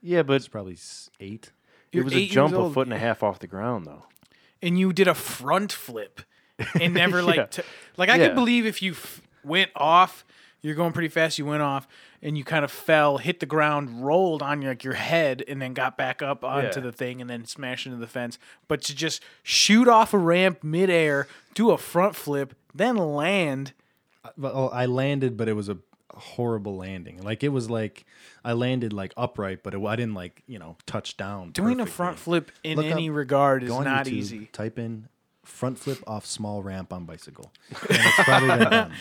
B: Yeah, but
A: It's probably s- eight.
C: You're
B: it was
C: eight
B: a
C: years
B: jump a
C: old,
B: foot and a half off the ground though.
C: and you did a front flip
A: [LAUGHS]
C: and never like
B: Yeah.
C: t- like I
B: Yeah.
C: could believe if you f- went off, you're going pretty fast, you went off and you kind of fell, hit the ground, rolled on your like your head and then got back up onto
B: Yeah.
C: the thing and then smashed into the fence, but to just shoot off a ramp midair, do a front flip, then land
A: But oh, I landed, but it was a horrible landing. Like it was like I landed like upright, but it, I didn't like you know touch down.
C: doing a
A: perfectly.
C: front flip in
A: Look
C: any
A: up-
C: regard is
A: Go on
C: not
A: YouTube,
C: easy.
A: Type in front flip off small ramp on bicycle. And it's probably been done.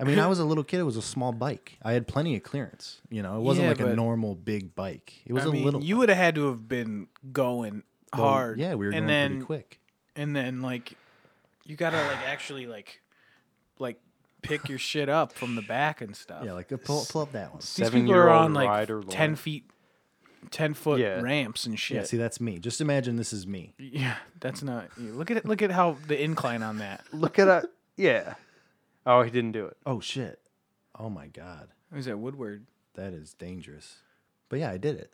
A: I mean, I was a little kid. It was a small bike. I had plenty of clearance. You know, it wasn't
C: Yeah,
A: like a
C: but-
A: normal big bike. It was
C: I
A: a
C: mean,
A: little. [LAUGHS]
C: you would have had to have been going hard.
A: Yeah, we were
C: and
A: going
C: then,
A: pretty quick.
C: and then like you gotta like actually like like pick your shit up from the back and stuff.
A: Yeah, like pull, pull up that one.
C: these people are on like ten feet, ten foot
B: Yeah.
C: ramps and shit.
A: Yeah,
C: Yeah, [LAUGHS]
A: see, that's me. Just imagine this is me.
C: that's not. yeah, Look at it. Look at how the incline on that.
B: Look at that. Yeah. Oh, he didn't do it.
A: Oh shit! Oh my god,
C: Who's that Woodward?
A: that is dangerous. But yeah, I did it,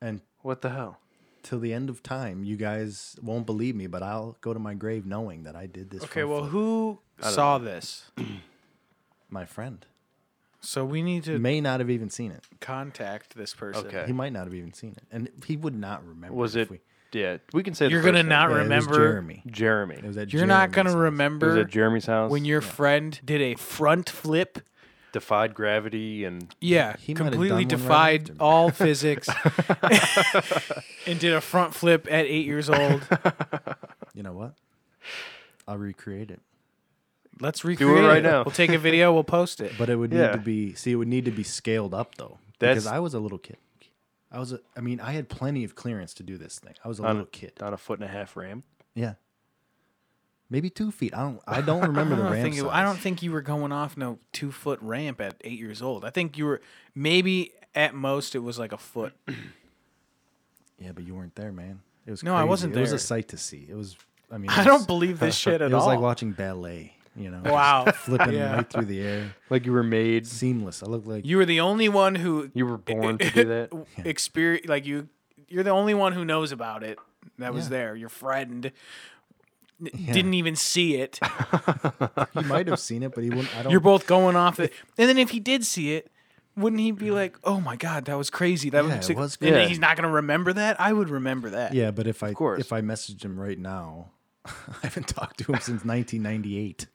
A: and
B: What the hell?
A: till the end of time, you guys won't believe me, but I'll go to my grave knowing that I did this.
C: Okay,
A: front
C: well,
A: flip.
C: who saw this?
A: my friend
C: So we need to
A: may not have even seen it.
C: contact this person.
B: Okay.
A: He might not have even seen it, and he would not remember.
B: Was
A: if
B: it?
A: we-
B: Yeah, we can say the
C: You're gonna
B: first
C: not
B: name.
A: Yeah, it was
C: remember.
A: Jeremy?
B: Jeremy.
A: It was at
C: You're not gonna
A: Jeremy's house.
B: It was
C: remember
B: at Jeremy's house.
C: when
B: When you
C: your friend did a front flip
B: defied gravity and
C: Yeah,
A: He might have
C: completely
A: done one right
C: defied
A: after me. [LAUGHS]
C: all physics and did a front flip at eight years old.
A: You know what? I'll recreate it,
C: Let's recreate
B: right now.
C: We'll take a video. We'll post it.
A: but it would
B: Yeah.
A: need to be. See, it would need to be scaled up though,
B: That's-
A: because I was a little kid. I was. A, I mean, I had plenty of clearance to do this thing. I was a
B: on
A: little
B: a,
A: kid.
B: on a foot and a half ramp.
A: Yeah. Maybe two feet. I don't. I don't remember
C: [LAUGHS] I
A: the
C: don't,
A: ramp
C: think
A: size.
C: you, I don't think you were going off no two foot ramp at eight years old. I think you were maybe at most it was like
A: [CLEARS THROAT]
C: a foot.
A: Yeah, but you weren't there, man. It was.
C: No, I
A: crazy.
C: wasn't
A: It was
C: there.
A: a sight to see. It was. I mean, it
C: [LAUGHS] I
A: was-
C: don't
A: [LAUGHS]
C: believe this shit at
A: It was
C: all.
A: like watching ballet. You know. [LAUGHS] just
C: Wow.
A: Flipping
C: Yeah.
A: right through the air.
B: Like you were made.
A: Seamless. I looked like.
C: you were the only one who
B: You were born
C: [LAUGHS]
B: to do that.
C: experience like you. You're the only one who knows about it. That was
A: Yeah.
C: there. Your friend n- didn't even see it.
A: he might have seen it, but he wouldn't.
C: [LAUGHS]
A: I don't.
C: You're both going off it. [LAUGHS] And then if he did see it, wouldn't he be like, "Oh my god, that was crazy. That
A: Yeah,
C: was,
A: it was
C: And then
B: Yeah.
C: he's not going to remember that. I would remember that.
A: yeah, but if I
B: course.
A: if I messaged him right now, [LAUGHS] I haven't talked to him since 1998.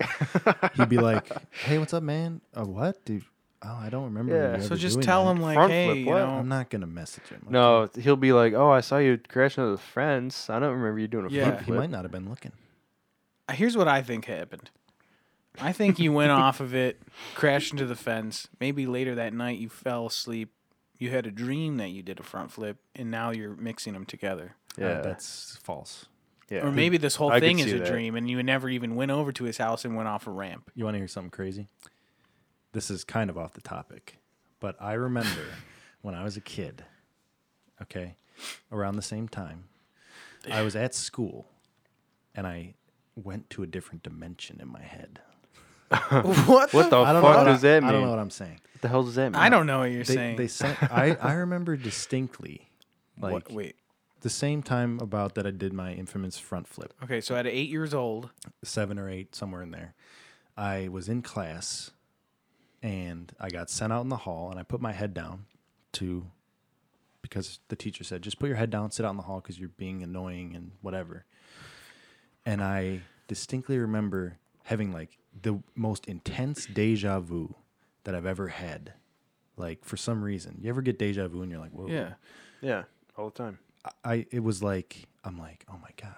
A: He'd be like, "Hey, what's up, man? Uh, what, dude? Oh, I don't remember.
B: Yeah.
A: you
B: So
A: ever
C: So just
A: doing
C: tell
A: that."
C: him like,
B: Front
C: "Hey,
B: flip,
C: you
B: what?
C: know,
A: I'm not gonna message him. okay?
B: No, he'll be like, "Oh, I saw you crashing with friends. I don't remember you doing a
C: Yeah.
B: front
A: he
B: flip."
A: might not have been looking.
C: here's what I think happened. I think
B: [LAUGHS]
C: you went off of it, crashed into the fence. Maybe later that night you fell asleep. You had a dream that you did a front flip, and now you're mixing them together.
A: Uh,
B: Yeah,
A: that's false.
B: yeah.
C: Or maybe this whole
B: I could
C: thing is
B: see
C: a
B: that.
C: dream, and you never even went over to his house and went off a ramp.
A: You want to hear something crazy? This is kind of off the topic, but I
B: [LAUGHS]
A: remember when I was a kid, okay, around the same time, I was at school and I went to a different dimension in my head.
B: what
C: what?
B: the
A: I
B: fuck
A: don't know what
B: does
A: I,
B: that mean?
A: I don't know what I'm saying.
B: What the hell does that mean?
C: I don't know what you're
A: They,
C: saying.
A: they
B: [LAUGHS]
A: sent, I, I remember distinctly, like,
C: what, wait.
A: the same time about that I did my infamous front flip.
C: Okay, so at eight years old,
A: seven or eight, somewhere in there. I was in class and I got sent out in the hall and I put my head down to because the teacher said, just put your head down, sit out in the hall because you're being annoying and whatever. And I distinctly remember having like the most intense deja vu that I've ever had. Like for some reason, you ever get deja vu and you're like, whoa.
C: yeah.
B: Yeah, all the time.
A: I it was like I'm like, oh my god.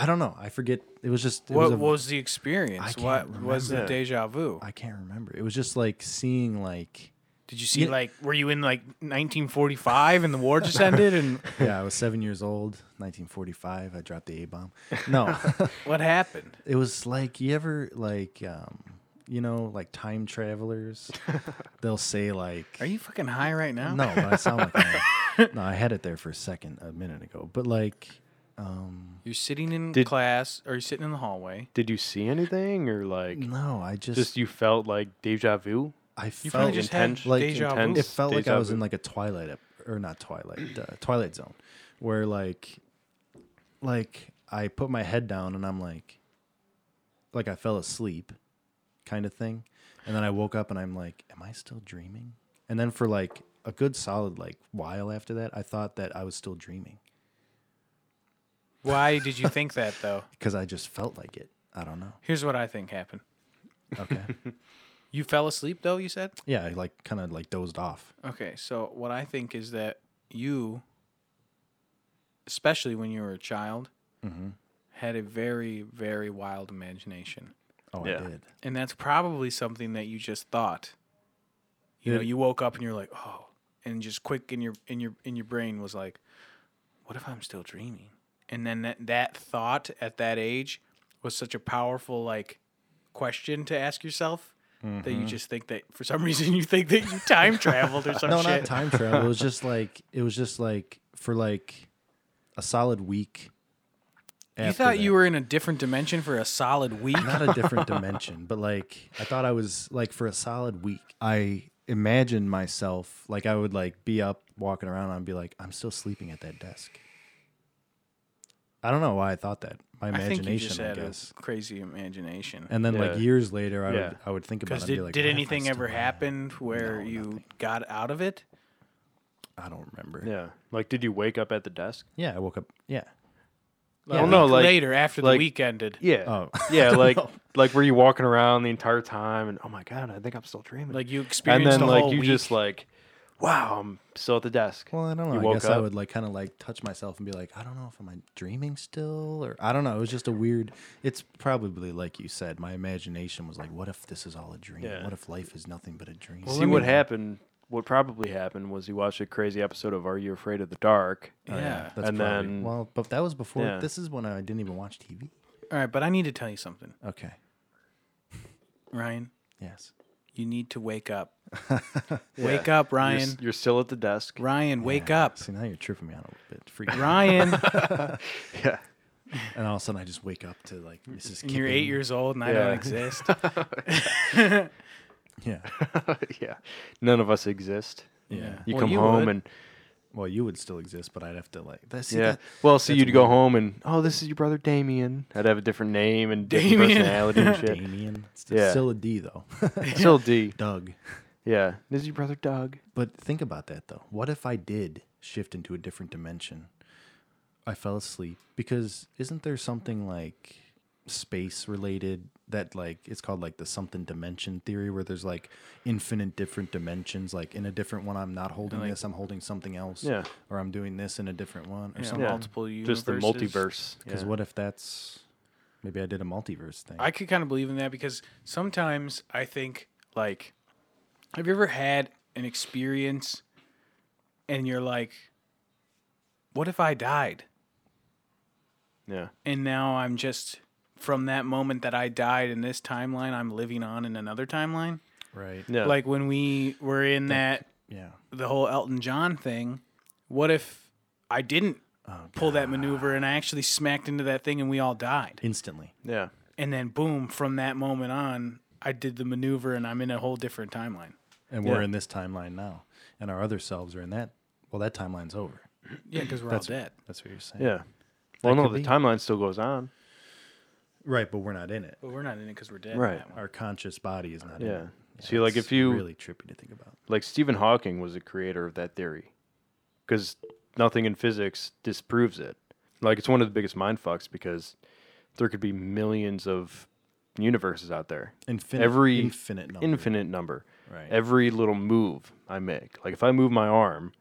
A: I don't know. I forget. It was just. It
C: what
A: was a-
C: was, the experience?
A: can't
C: What was the
B: remember.
C: deja vu?
A: I can't remember. It was just like seeing like.
C: Did you see
A: Yeah.
C: like were you in like 1945 and the war just ended and
A: Yeah, I was seven years old, 1945. I dropped the A bomb.
C: [LAUGHS]
A: No,
C: [LAUGHS] what happened?
A: it was like you ever like um, you know like time
C: [LAUGHS]
A: travelers. They'll say like.
C: Are you fucking high right now?
A: No, but I sound like
C: [LAUGHS]
A: I, no. I had it there for a second a minute ago, but like, um,
C: You're sitting in
B: Did-
C: class or you're sitting in the hallway.
B: Did you see anything or like
A: no, I just,
B: just you felt like deja vu?
A: I
C: You
A: felt
C: probably just had
B: intense-
A: like
C: deja
B: intense-
C: vu.
A: it felt like
B: Deja
A: I was in
B: vu.
A: like a twilight ep- or not twilight uh, twilight zone where like like I put my head down and I'm like like I fell asleep kind of thing and then I woke up and I'm like am I still dreaming and then for like a good solid like while after that I thought that I was still dreaming
C: Why did you think that though?
A: because I just felt like it I don't know
C: [LAUGHS] Here's what I think happened.
B: [LAUGHS]
A: okay
C: You fell asleep though, you said?
A: yeah I like kind of like dozed off
C: Okay, so what I think is that you, especially when you were a child, Mm-hmm.
A: Mhm.
C: had a very, very wild imagination.
A: oh
B: Yeah.
A: I did
C: And that's probably something that you just thought. You know,
A: Yeah.
C: you woke up and you're like, oh, and just quick in your in your in your brain was like, what if I'm still dreaming? And then that, that thought at that age was such a powerful like question to ask yourself that
A: Mm-hmm.
C: you just think that for some [LAUGHS] reason you think that you time traveled
A: [LAUGHS]
C: or some
A: no,
C: shit.
A: not time travel. It
C: [LAUGHS]
A: was just like it was just like for like a solid week.
C: You
A: after
C: thought you
A: that.
C: were in a different dimension for a solid week.
A: not a
C: [LAUGHS]
A: different dimension, but like I thought I was like for a solid week. I imagined myself like I would like be up walking around and I'd be like, I'm still sleeping at that desk. I don't know why I thought that. My
C: I think
A: imagination, I,
C: you just had a
A: guess.
C: crazy imagination.
A: And then like
B: Yeah.
A: years later, I
B: Yeah.
A: would I would think about it.
C: Because
A: and be
C: did,
A: like,
C: did
A: "What if I
C: anything
A: still
C: ever
A: am?"
C: happen where you got out of it?
A: I don't remember. Yeah,
B: Yeah. Like did you wake up at the desk?
A: I woke up. Yeah,
B: I
C: A
B: don't know,
C: week
B: like
C: later after the
B: like-
C: week ended.
B: yeah.
A: Oh. [LAUGHS]
B: yeah, like
A: know.
B: like were you walking around the entire time and oh my god, I think I'm still dreaming.
C: Like you
B: and
C: experienced
B: then
C: the
B: like
C: whole
B: you
C: week.
B: just like wow, I'm still at the desk.
A: Well, I don't know.
B: You
A: I
B: woke
A: guess I
B: up?
A: would like kind of like touch myself and be like, I don't know if am I dreaming still or I don't know. It was just a weird. It's probably like you said. My imagination was like, what if this is all a dream?
B: Yeah.
A: What if life is nothing but a dream?
B: See what happened what probably happened was you watched a crazy episode of Are You Afraid of the Dark?
C: yeah.
A: Oh, That's
B: And
A: probably,
B: then-
A: well, but that was before.
B: Yeah.
A: This is when I didn't even watch TV.
C: All right, but I need to tell you something,
A: Okay.
C: Ryan.
A: Yes.
C: You need to
B: [LAUGHS]
C: wake up. Wake up,
B: You're,
C: Ryan.
B: s- you're still at the desk.
C: Ryan, wake
A: Yeah.
C: up.
A: See now you're tripping me out a little bit. Freak.
B: [LAUGHS]
C: Ryan,
B: [LAUGHS] Yeah. [LAUGHS]
A: And all of a sudden I just wake up to like Mrs.
C: and you're eight years old and I
B: Yeah.
C: don't
B: [LAUGHS]
C: exist.
A: Yeah.
B: yeah. None of us exist.
A: Yeah.
B: You
C: Well,
B: come
C: you
B: home
C: would.
B: and
A: Well, you would still exist, but I'd have to like. That's,
B: yeah. well, see, you'd go home and oh, this is your brother Damien. I'd have a different name and different
C: Damien.
A: [LAUGHS]
B: personality and shit.
A: Damien. It's
B: Yeah.
A: still a D though. [LAUGHS]
B: Still D.
A: Doug.
B: Yeah. This is your brother Doug.
A: But think about that though. What if I did shift into a different dimension? I fell asleep because isn't there something like space related that like it's called like the something dimension theory where there's like infinite different dimensions like in a different one I'm not holding this I'm holding something else
B: Yeah.
A: or I'm doing this in a different one or
C: Yeah.
A: something
B: Yeah.
C: Multiple
B: Just the
C: universes.
B: multiverse.
A: cuz what if that's maybe I did a multiverse thing
C: I could kind of believe in that because sometimes I think like, have you ever had an experience and you're like, what if I died?
B: Yeah.
C: And now I'm just from that moment that I died in this timeline, I'm living on in another timeline.
A: right
B: Yeah.
C: Like when we were in that
A: yeah
C: the whole Elton John thing, what if I didn't
A: Oh,
C: pull that maneuver and I actually smacked into that thing and we all died?
A: instantly
B: yeah.
C: and then boom from that moment on i did the maneuver and i'm in a whole different timeline
A: and we're in this timeline now and our other selves are in that well that timeline's over
C: yeah because we're all dead
A: that's what you're saying
B: Yeah. Well, no,
A: could
B: the
A: be.
B: timeline still goes on.
A: Right, but we're not in it.
C: but we're not in it because we're dead in
B: Right.
C: that one.
A: Our conscious body is not in
B: Yeah.
A: it.
B: See, like,
A: it's
B: if you-
A: really trippy to think about.
B: Like Stephen Hawking was the creator of that theory, because nothing in physics disproves it. Like it's one of the biggest mind fucks because there could be millions of universes out there.
A: Infinite
B: every
A: infinite number.
B: infinite number.
A: Oh, Right.
B: Every little move
A: [LAUGHS]
B: I make, like if I move my arm,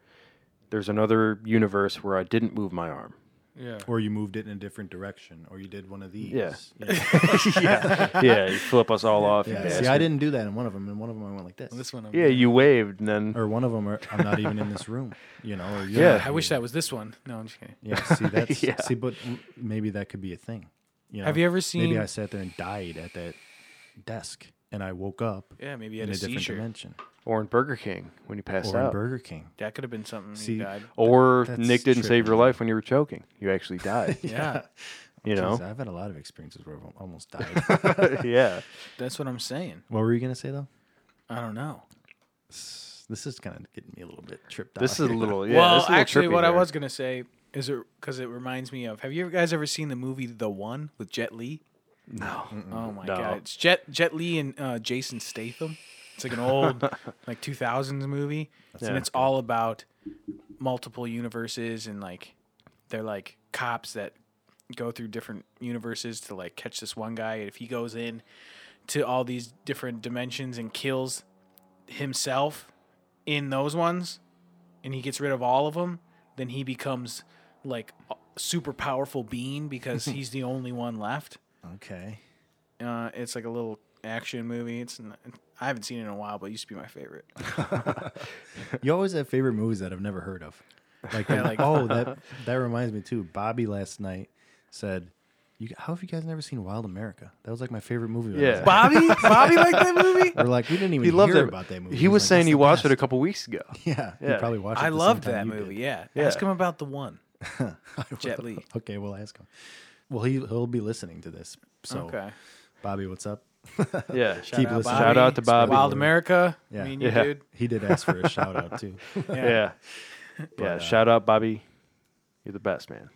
B: there's another universe where I didn't move my arm.
C: Yeah.
A: or you moved it in a different direction, or you did one of these. [LAUGHS]
B: Yeah.
A: you know.
B: [LAUGHS] yeah, yeah, you flip us all off. you
A: yeah. See,
B: bastard.
A: I didn't do that in one of them, and one of them I went like this,
C: This one. I'm
B: Yeah, you waved, and then
A: or one of them are, I'm not even in this room, you know. Or you're
B: Yeah.
A: not
C: I wish
A: here.
C: that was this one. No, I'm just kidding.
A: Yeah,
B: [LAUGHS]
A: see, that's
B: Yeah.
A: see, but m- maybe that could be a thing. You know,
C: Have you ever
A: Maybe
C: seen-
A: I sat there and died at that desk, and I woke up
C: Yeah, maybe you
A: in
C: had
A: a
C: a,
A: different
C: seizure.
A: dimension,
B: or in Burger King when you passed
A: or in
B: out,
A: Burger King.
C: That could have been something.
A: See,
C: you died.
B: or
A: That's
B: Nick didn't save your
A: trippy.
B: life when you were choking. You
A: [LAUGHS]
B: actually died. [LAUGHS]
C: Yeah,
B: you
A: Jeez,
B: know.
A: I've had a lot of experiences where I've almost
B: [LAUGHS]
A: died.
B: yeah.
C: that's what I'm saying.
A: what were you gonna say though?
C: I don't know.
A: S- This is kind of getting me a little bit tripped out.
B: This is a
A: here.
B: little. Yeah,
C: well,
B: this is a little
C: actually,
B: trippy
C: what I
B: here.
C: was gonna say is it because it reminds me of. Have you guys ever seen the movie The One with Jet Li? No. Oh my
B: No.
C: god, it's Jet Jet Li and uh, Jason Statham. It's like an old, like 2000s movie, and
B: Yeah.
C: it's all about multiple universes and like they're like cops that go through different universes to like catch this one guy. And if he goes in to all these different dimensions and kills himself in those ones, and he gets rid of all of them, then he becomes like a super powerful being because he's the only one left.
A: [LAUGHS] Okay.
C: Uh, it's like a little action movie. It's n I haven't seen it in a while, but it used to be my favorite.
A: You always have favorite movies that I've never heard of. Like,
C: like-
A: oh,
B: [LAUGHS]
A: that that reminds me too. Bobby last night said, "You how have you guys never seen Wild America? That was like my favorite movie." when I was
B: Yeah.
A: a
C: [LAUGHS] Bobby, Bobby liked that movie.
A: We're like, we didn't even
B: He loved
A: hear
B: it.
A: about that movie.
B: He was
A: like,
B: saying
A: "That's
B: he
A: the
B: watched it a
A: best." [LAUGHS]
B: couple weeks ago.
A: Yeah, he
B: Yeah.
A: probably watched. it
C: I
A: at the same
C: loved
A: time
C: that
A: you did. [LAUGHS]
C: movie. Yeah.
B: Yeah.
C: ask him about the one. Jet Li.
A: Okay, we'll ask him. Well, he he'll be listening to this.
B: Oh.
A: So,
C: Okay.
A: Bobby, what's up?
B: [LAUGHS] Yeah.
A: Keep listening.
B: Shout out to Bobby.
C: Wild America.
A: Yeah.
C: Yeah. Me and you,
B: Yeah.
C: dude.
A: He did ask for a shout out too. [LAUGHS]
B: Yeah. Yeah.
A: uh,
B: Shout out, Bobby. You're the best, man.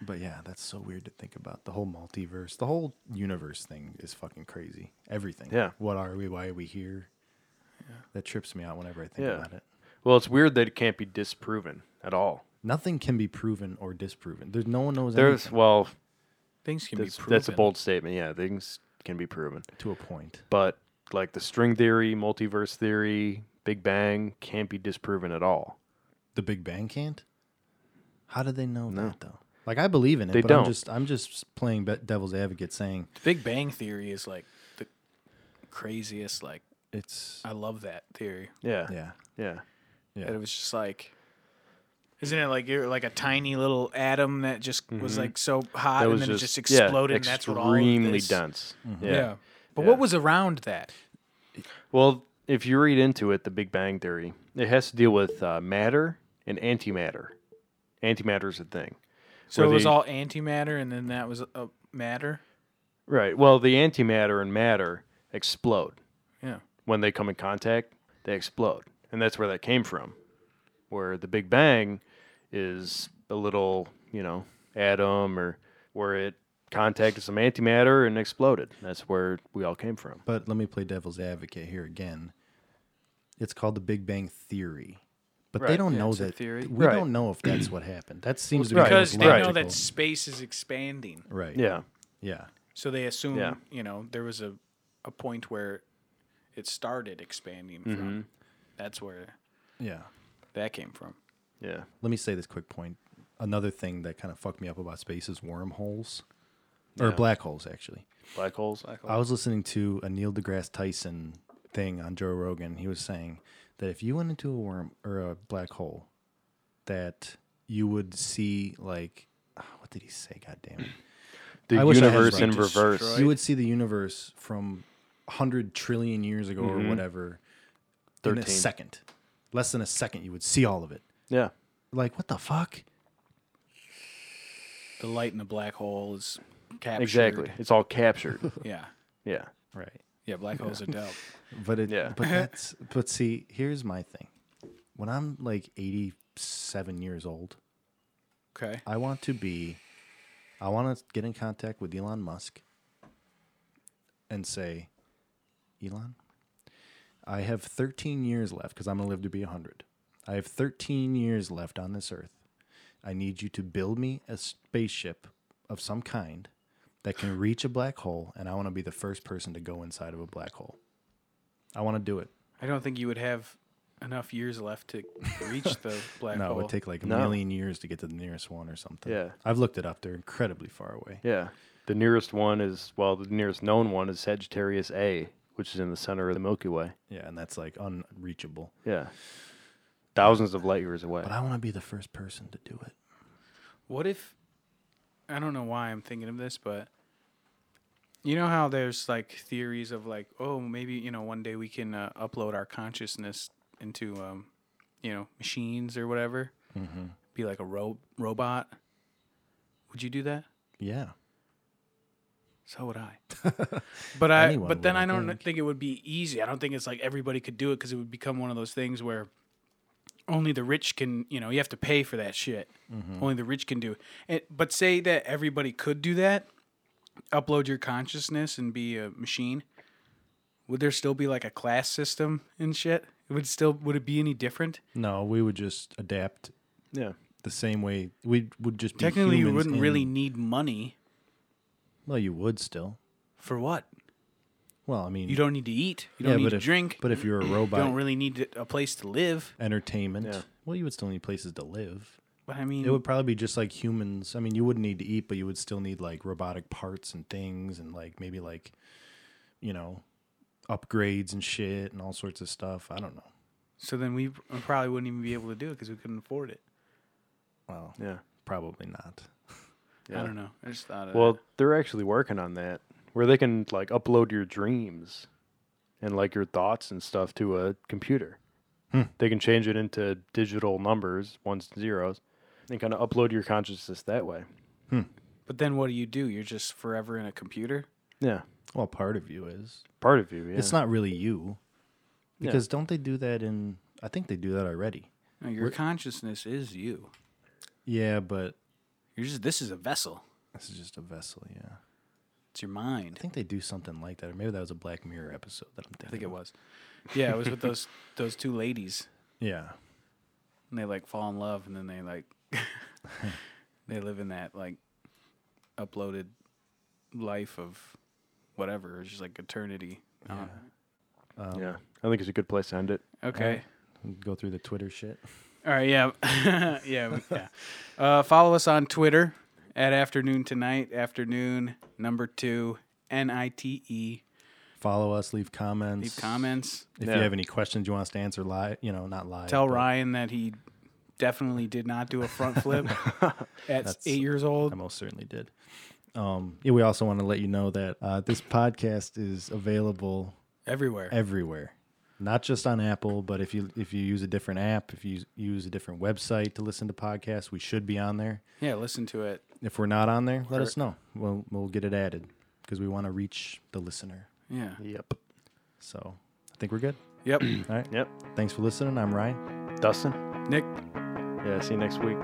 A: But yeah, that's so weird to think about. The whole multiverse, the whole universe thing is fucking crazy. Everything.
B: Yeah.
A: What are we? Why are we here? That trips me out whenever I think
B: Yeah.
A: about it.
B: Well, it's weird that it can't be disproven at all.
A: Nothing can be proven or disproven. There's no one knows
B: There's
A: anything
B: well,
C: Things can
B: that's,
C: be proven.
B: that's a bold statement. Yeah, things can be proven,
A: to a point.
B: but like the string theory, multiverse theory, Big Bang can't be disproven at all.
A: The Big Bang can't. How do they know that though? Like I believe in it,
B: They
A: but I'm
B: don't.
A: just I'm just playing be- devil's advocate, saying
C: The Big Bang Theory is like the craziest. Like
B: Uh,
A: it's
C: I love that theory.
B: Yeah.
A: yeah.
B: Yeah.
A: Yeah.
C: That it was just like, isn't it like you're like a tiny little atom that just was like so
B: Mm-hmm. That
C: hot and
B: was
C: then
B: just,
C: it just
B: yeah,
C: exploded and that's what all of
B: extremely
C: this-
B: dense.
C: Yeah.
B: yeah.
C: But
B: Yeah.
C: what was around that?
B: Well, if you read into it, the Big Bang Theory, it has to deal with uh, matter and antimatter. Antimatter is a thing.
C: So
B: Were
C: it was
B: they-
C: all antimatter and then that was a, a matter.
B: Right. Well, the antimatter and matter explode.
C: Yeah.
B: When they come in contact, they explode. And that's where that came from. Where the Big Bang is a little, you know, atom or where it contacted some antimatter and exploded. That's where we all came from.
A: But let me play devil's advocate here again. It's called the Big Bang Theory. But they
B: Right,
A: don't
C: yeah,
A: know
C: it's a
A: that
C: theory.
A: we
B: Right.
A: don't know if that's what happened. That seems to be
B: Right.
A: the most
C: Because they know
A: logical-
C: that space is expanding.
A: right.
B: Yeah.
A: Yeah.
C: So they assume,
B: Yeah.
C: you know, there was a, a point where it started expanding
B: Mm-hmm.
C: from. That's where
A: Yeah.
C: that came from.
B: Yeah.
A: Let me say this quick point. Another thing that kind of fucked me up about space is wormholes. Or black holes actually.
B: Black holes.
C: Oh.
A: I was listening to a Neil deGrasse Tyson thing on Joe Rogan. He was saying that if you went into a worm or a black hole, that you would see like ah, what did he say? God damn it.
B: The
A: I wish I had
B: universe
A: right.
B: in reverse.
A: you would see the universe from 100 trillion years ago or whatever in a
B: 13.
A: second less than a second you would see all of it
B: Yeah.
A: like what the fuck
C: The light in the black hole is captured.
B: Exactly. It's all captured.
A: [LAUGHS]
C: Yeah.
B: yeah.
A: right
C: Yeah, black holes
B: [LAUGHS]
C: are dope.
A: but it
B: Yeah.
A: but that's but see here's my thing when i'm like 87 years old
C: Okay.
A: i want to be i want to get in contact with elon musk and say elon i have 13 years left because i'm going to live to be 100 i have 13 years left on this earth I need you to build me a spaceship of some kind that can reach a black hole, and I want to be the first person to go inside of a black hole. I want to do it.
C: I don't think you would have enough years left to reach the black
A: no, it
C: hole.
A: would take like a
B: No.
A: million years to get to the nearest one or something.
B: Yeah.
A: I've looked it up. They're incredibly far away.
B: Yeah. The nearest one is, well, the nearest known one is Sagittarius A, which is in the center of the Milky Way.
A: Yeah, and that's like unreachable.
B: Yeah. Thousands of light years away.
A: But I want to be the first person to do it.
C: What if I don't know why I'm thinking of this, but you know how there's like theories of like, oh, maybe you know one day we can uh, upload our consciousness into um, you know machines or whatever, be like a ro- robot. Would you do that?
A: Yeah.
C: So
A: [LAUGHS]
C: would I. but I.
A: Anyone
C: but then
A: would, I
C: I don't
A: think.
C: think. it would be easy. I don't think it's like everybody could do it because it would become one of those things where only the rich can. You know, you have to pay for that shit.
A: Mm-hmm.
C: Only the rich can do it. And, but say that everybody could do that, upload your consciousness and be a machine. Would there still be like a class system and shit? It would still. Would it be any different?
A: No, we would just adapt
B: yeah.
A: the same way. We would just be
C: Technically, you
A: humans
C: wouldn't
A: in-
C: really need money
A: Well, you would still.
C: for what.
A: Well, I mean,
C: You don't need to eat. You don't
A: yeah,
C: need
A: but
C: to
A: if,
C: drink.
A: But if you're a
C: you
A: robot,
C: don't really need to- a place to live.
A: entertainment.
B: Yeah.
A: Well, you would still need places to live.
C: But I mean,
A: It would probably be just like humans. I mean, you wouldn't need to eat, but you would still need like robotic parts and things, and like maybe like, you know, upgrades and shit and all sorts of stuff. I don't know.
C: so then we pr- probably wouldn't even be able to do it because we couldn't afford it.
A: Well,
B: Yeah.
A: probably not.
C: I
B: Yeah.
C: don't know. I just thought. Of
B: Well, they're actually working on that, where they can like upload your dreams and like your thoughts and stuff to a computer. They can change it into digital numbers, ones and zeros, and kind of upload your consciousness that way.
A: Hmm.
C: but then what do you do? You're just forever in a computer.
B: Yeah,
A: Well, part of you is.
B: part of you. Yeah,
A: It's not really you,
B: Yeah.
A: because don't they do that in? I think they do that already.
C: No, your consciousness is you.
A: Yeah, but
C: You're just. This is a vessel.
A: this is just a vessel. Yeah,
C: It's your
A: I
C: mind.
A: think they do something like that, or maybe that was a Black Mirror episode that I'm thinking.
C: I think it [LAUGHS] was. Yeah, it was with those those two ladies,
A: Yeah,
C: and they like fall in love, and then they like [LAUGHS] they live in that like uploaded life of whatever. It's just like eternity. Uh,
B: yeah, I think it's a good place to end it.
C: okay.
A: go through the Twitter shit.
C: All right, yeah, [LAUGHS] yeah, we- yeah. Uh, follow us on Twitter at afternoon tonight. Afternoon number two N I T E.
A: Follow us, leave comments.
C: Leave comments.
A: If
B: Yeah.
A: you have any questions you want us to answer live, you know, not live.
C: Tell
A: but
C: Ryan that he definitely did not do a front flip at eight years
A: I
C: old.
A: most certainly did. Um, yeah, we also want to let you know that uh, this podcast is available
C: Everywhere.
A: everywhere, not just on Apple, but if you if you use a different app, if you use- use a different website to listen to podcasts, we should be on there.
C: Yeah, listen to it.
A: If we're not on there, let us know. We'll we'll get it added because we want to reach the listener.
C: Yeah.
B: Yep.
A: So I think we're good.
C: Yep.
A: All right.
B: Yep.
A: Thanks for listening. I'm Ryan.
B: Dustin.
C: Nick.
B: Yeah. See you next week.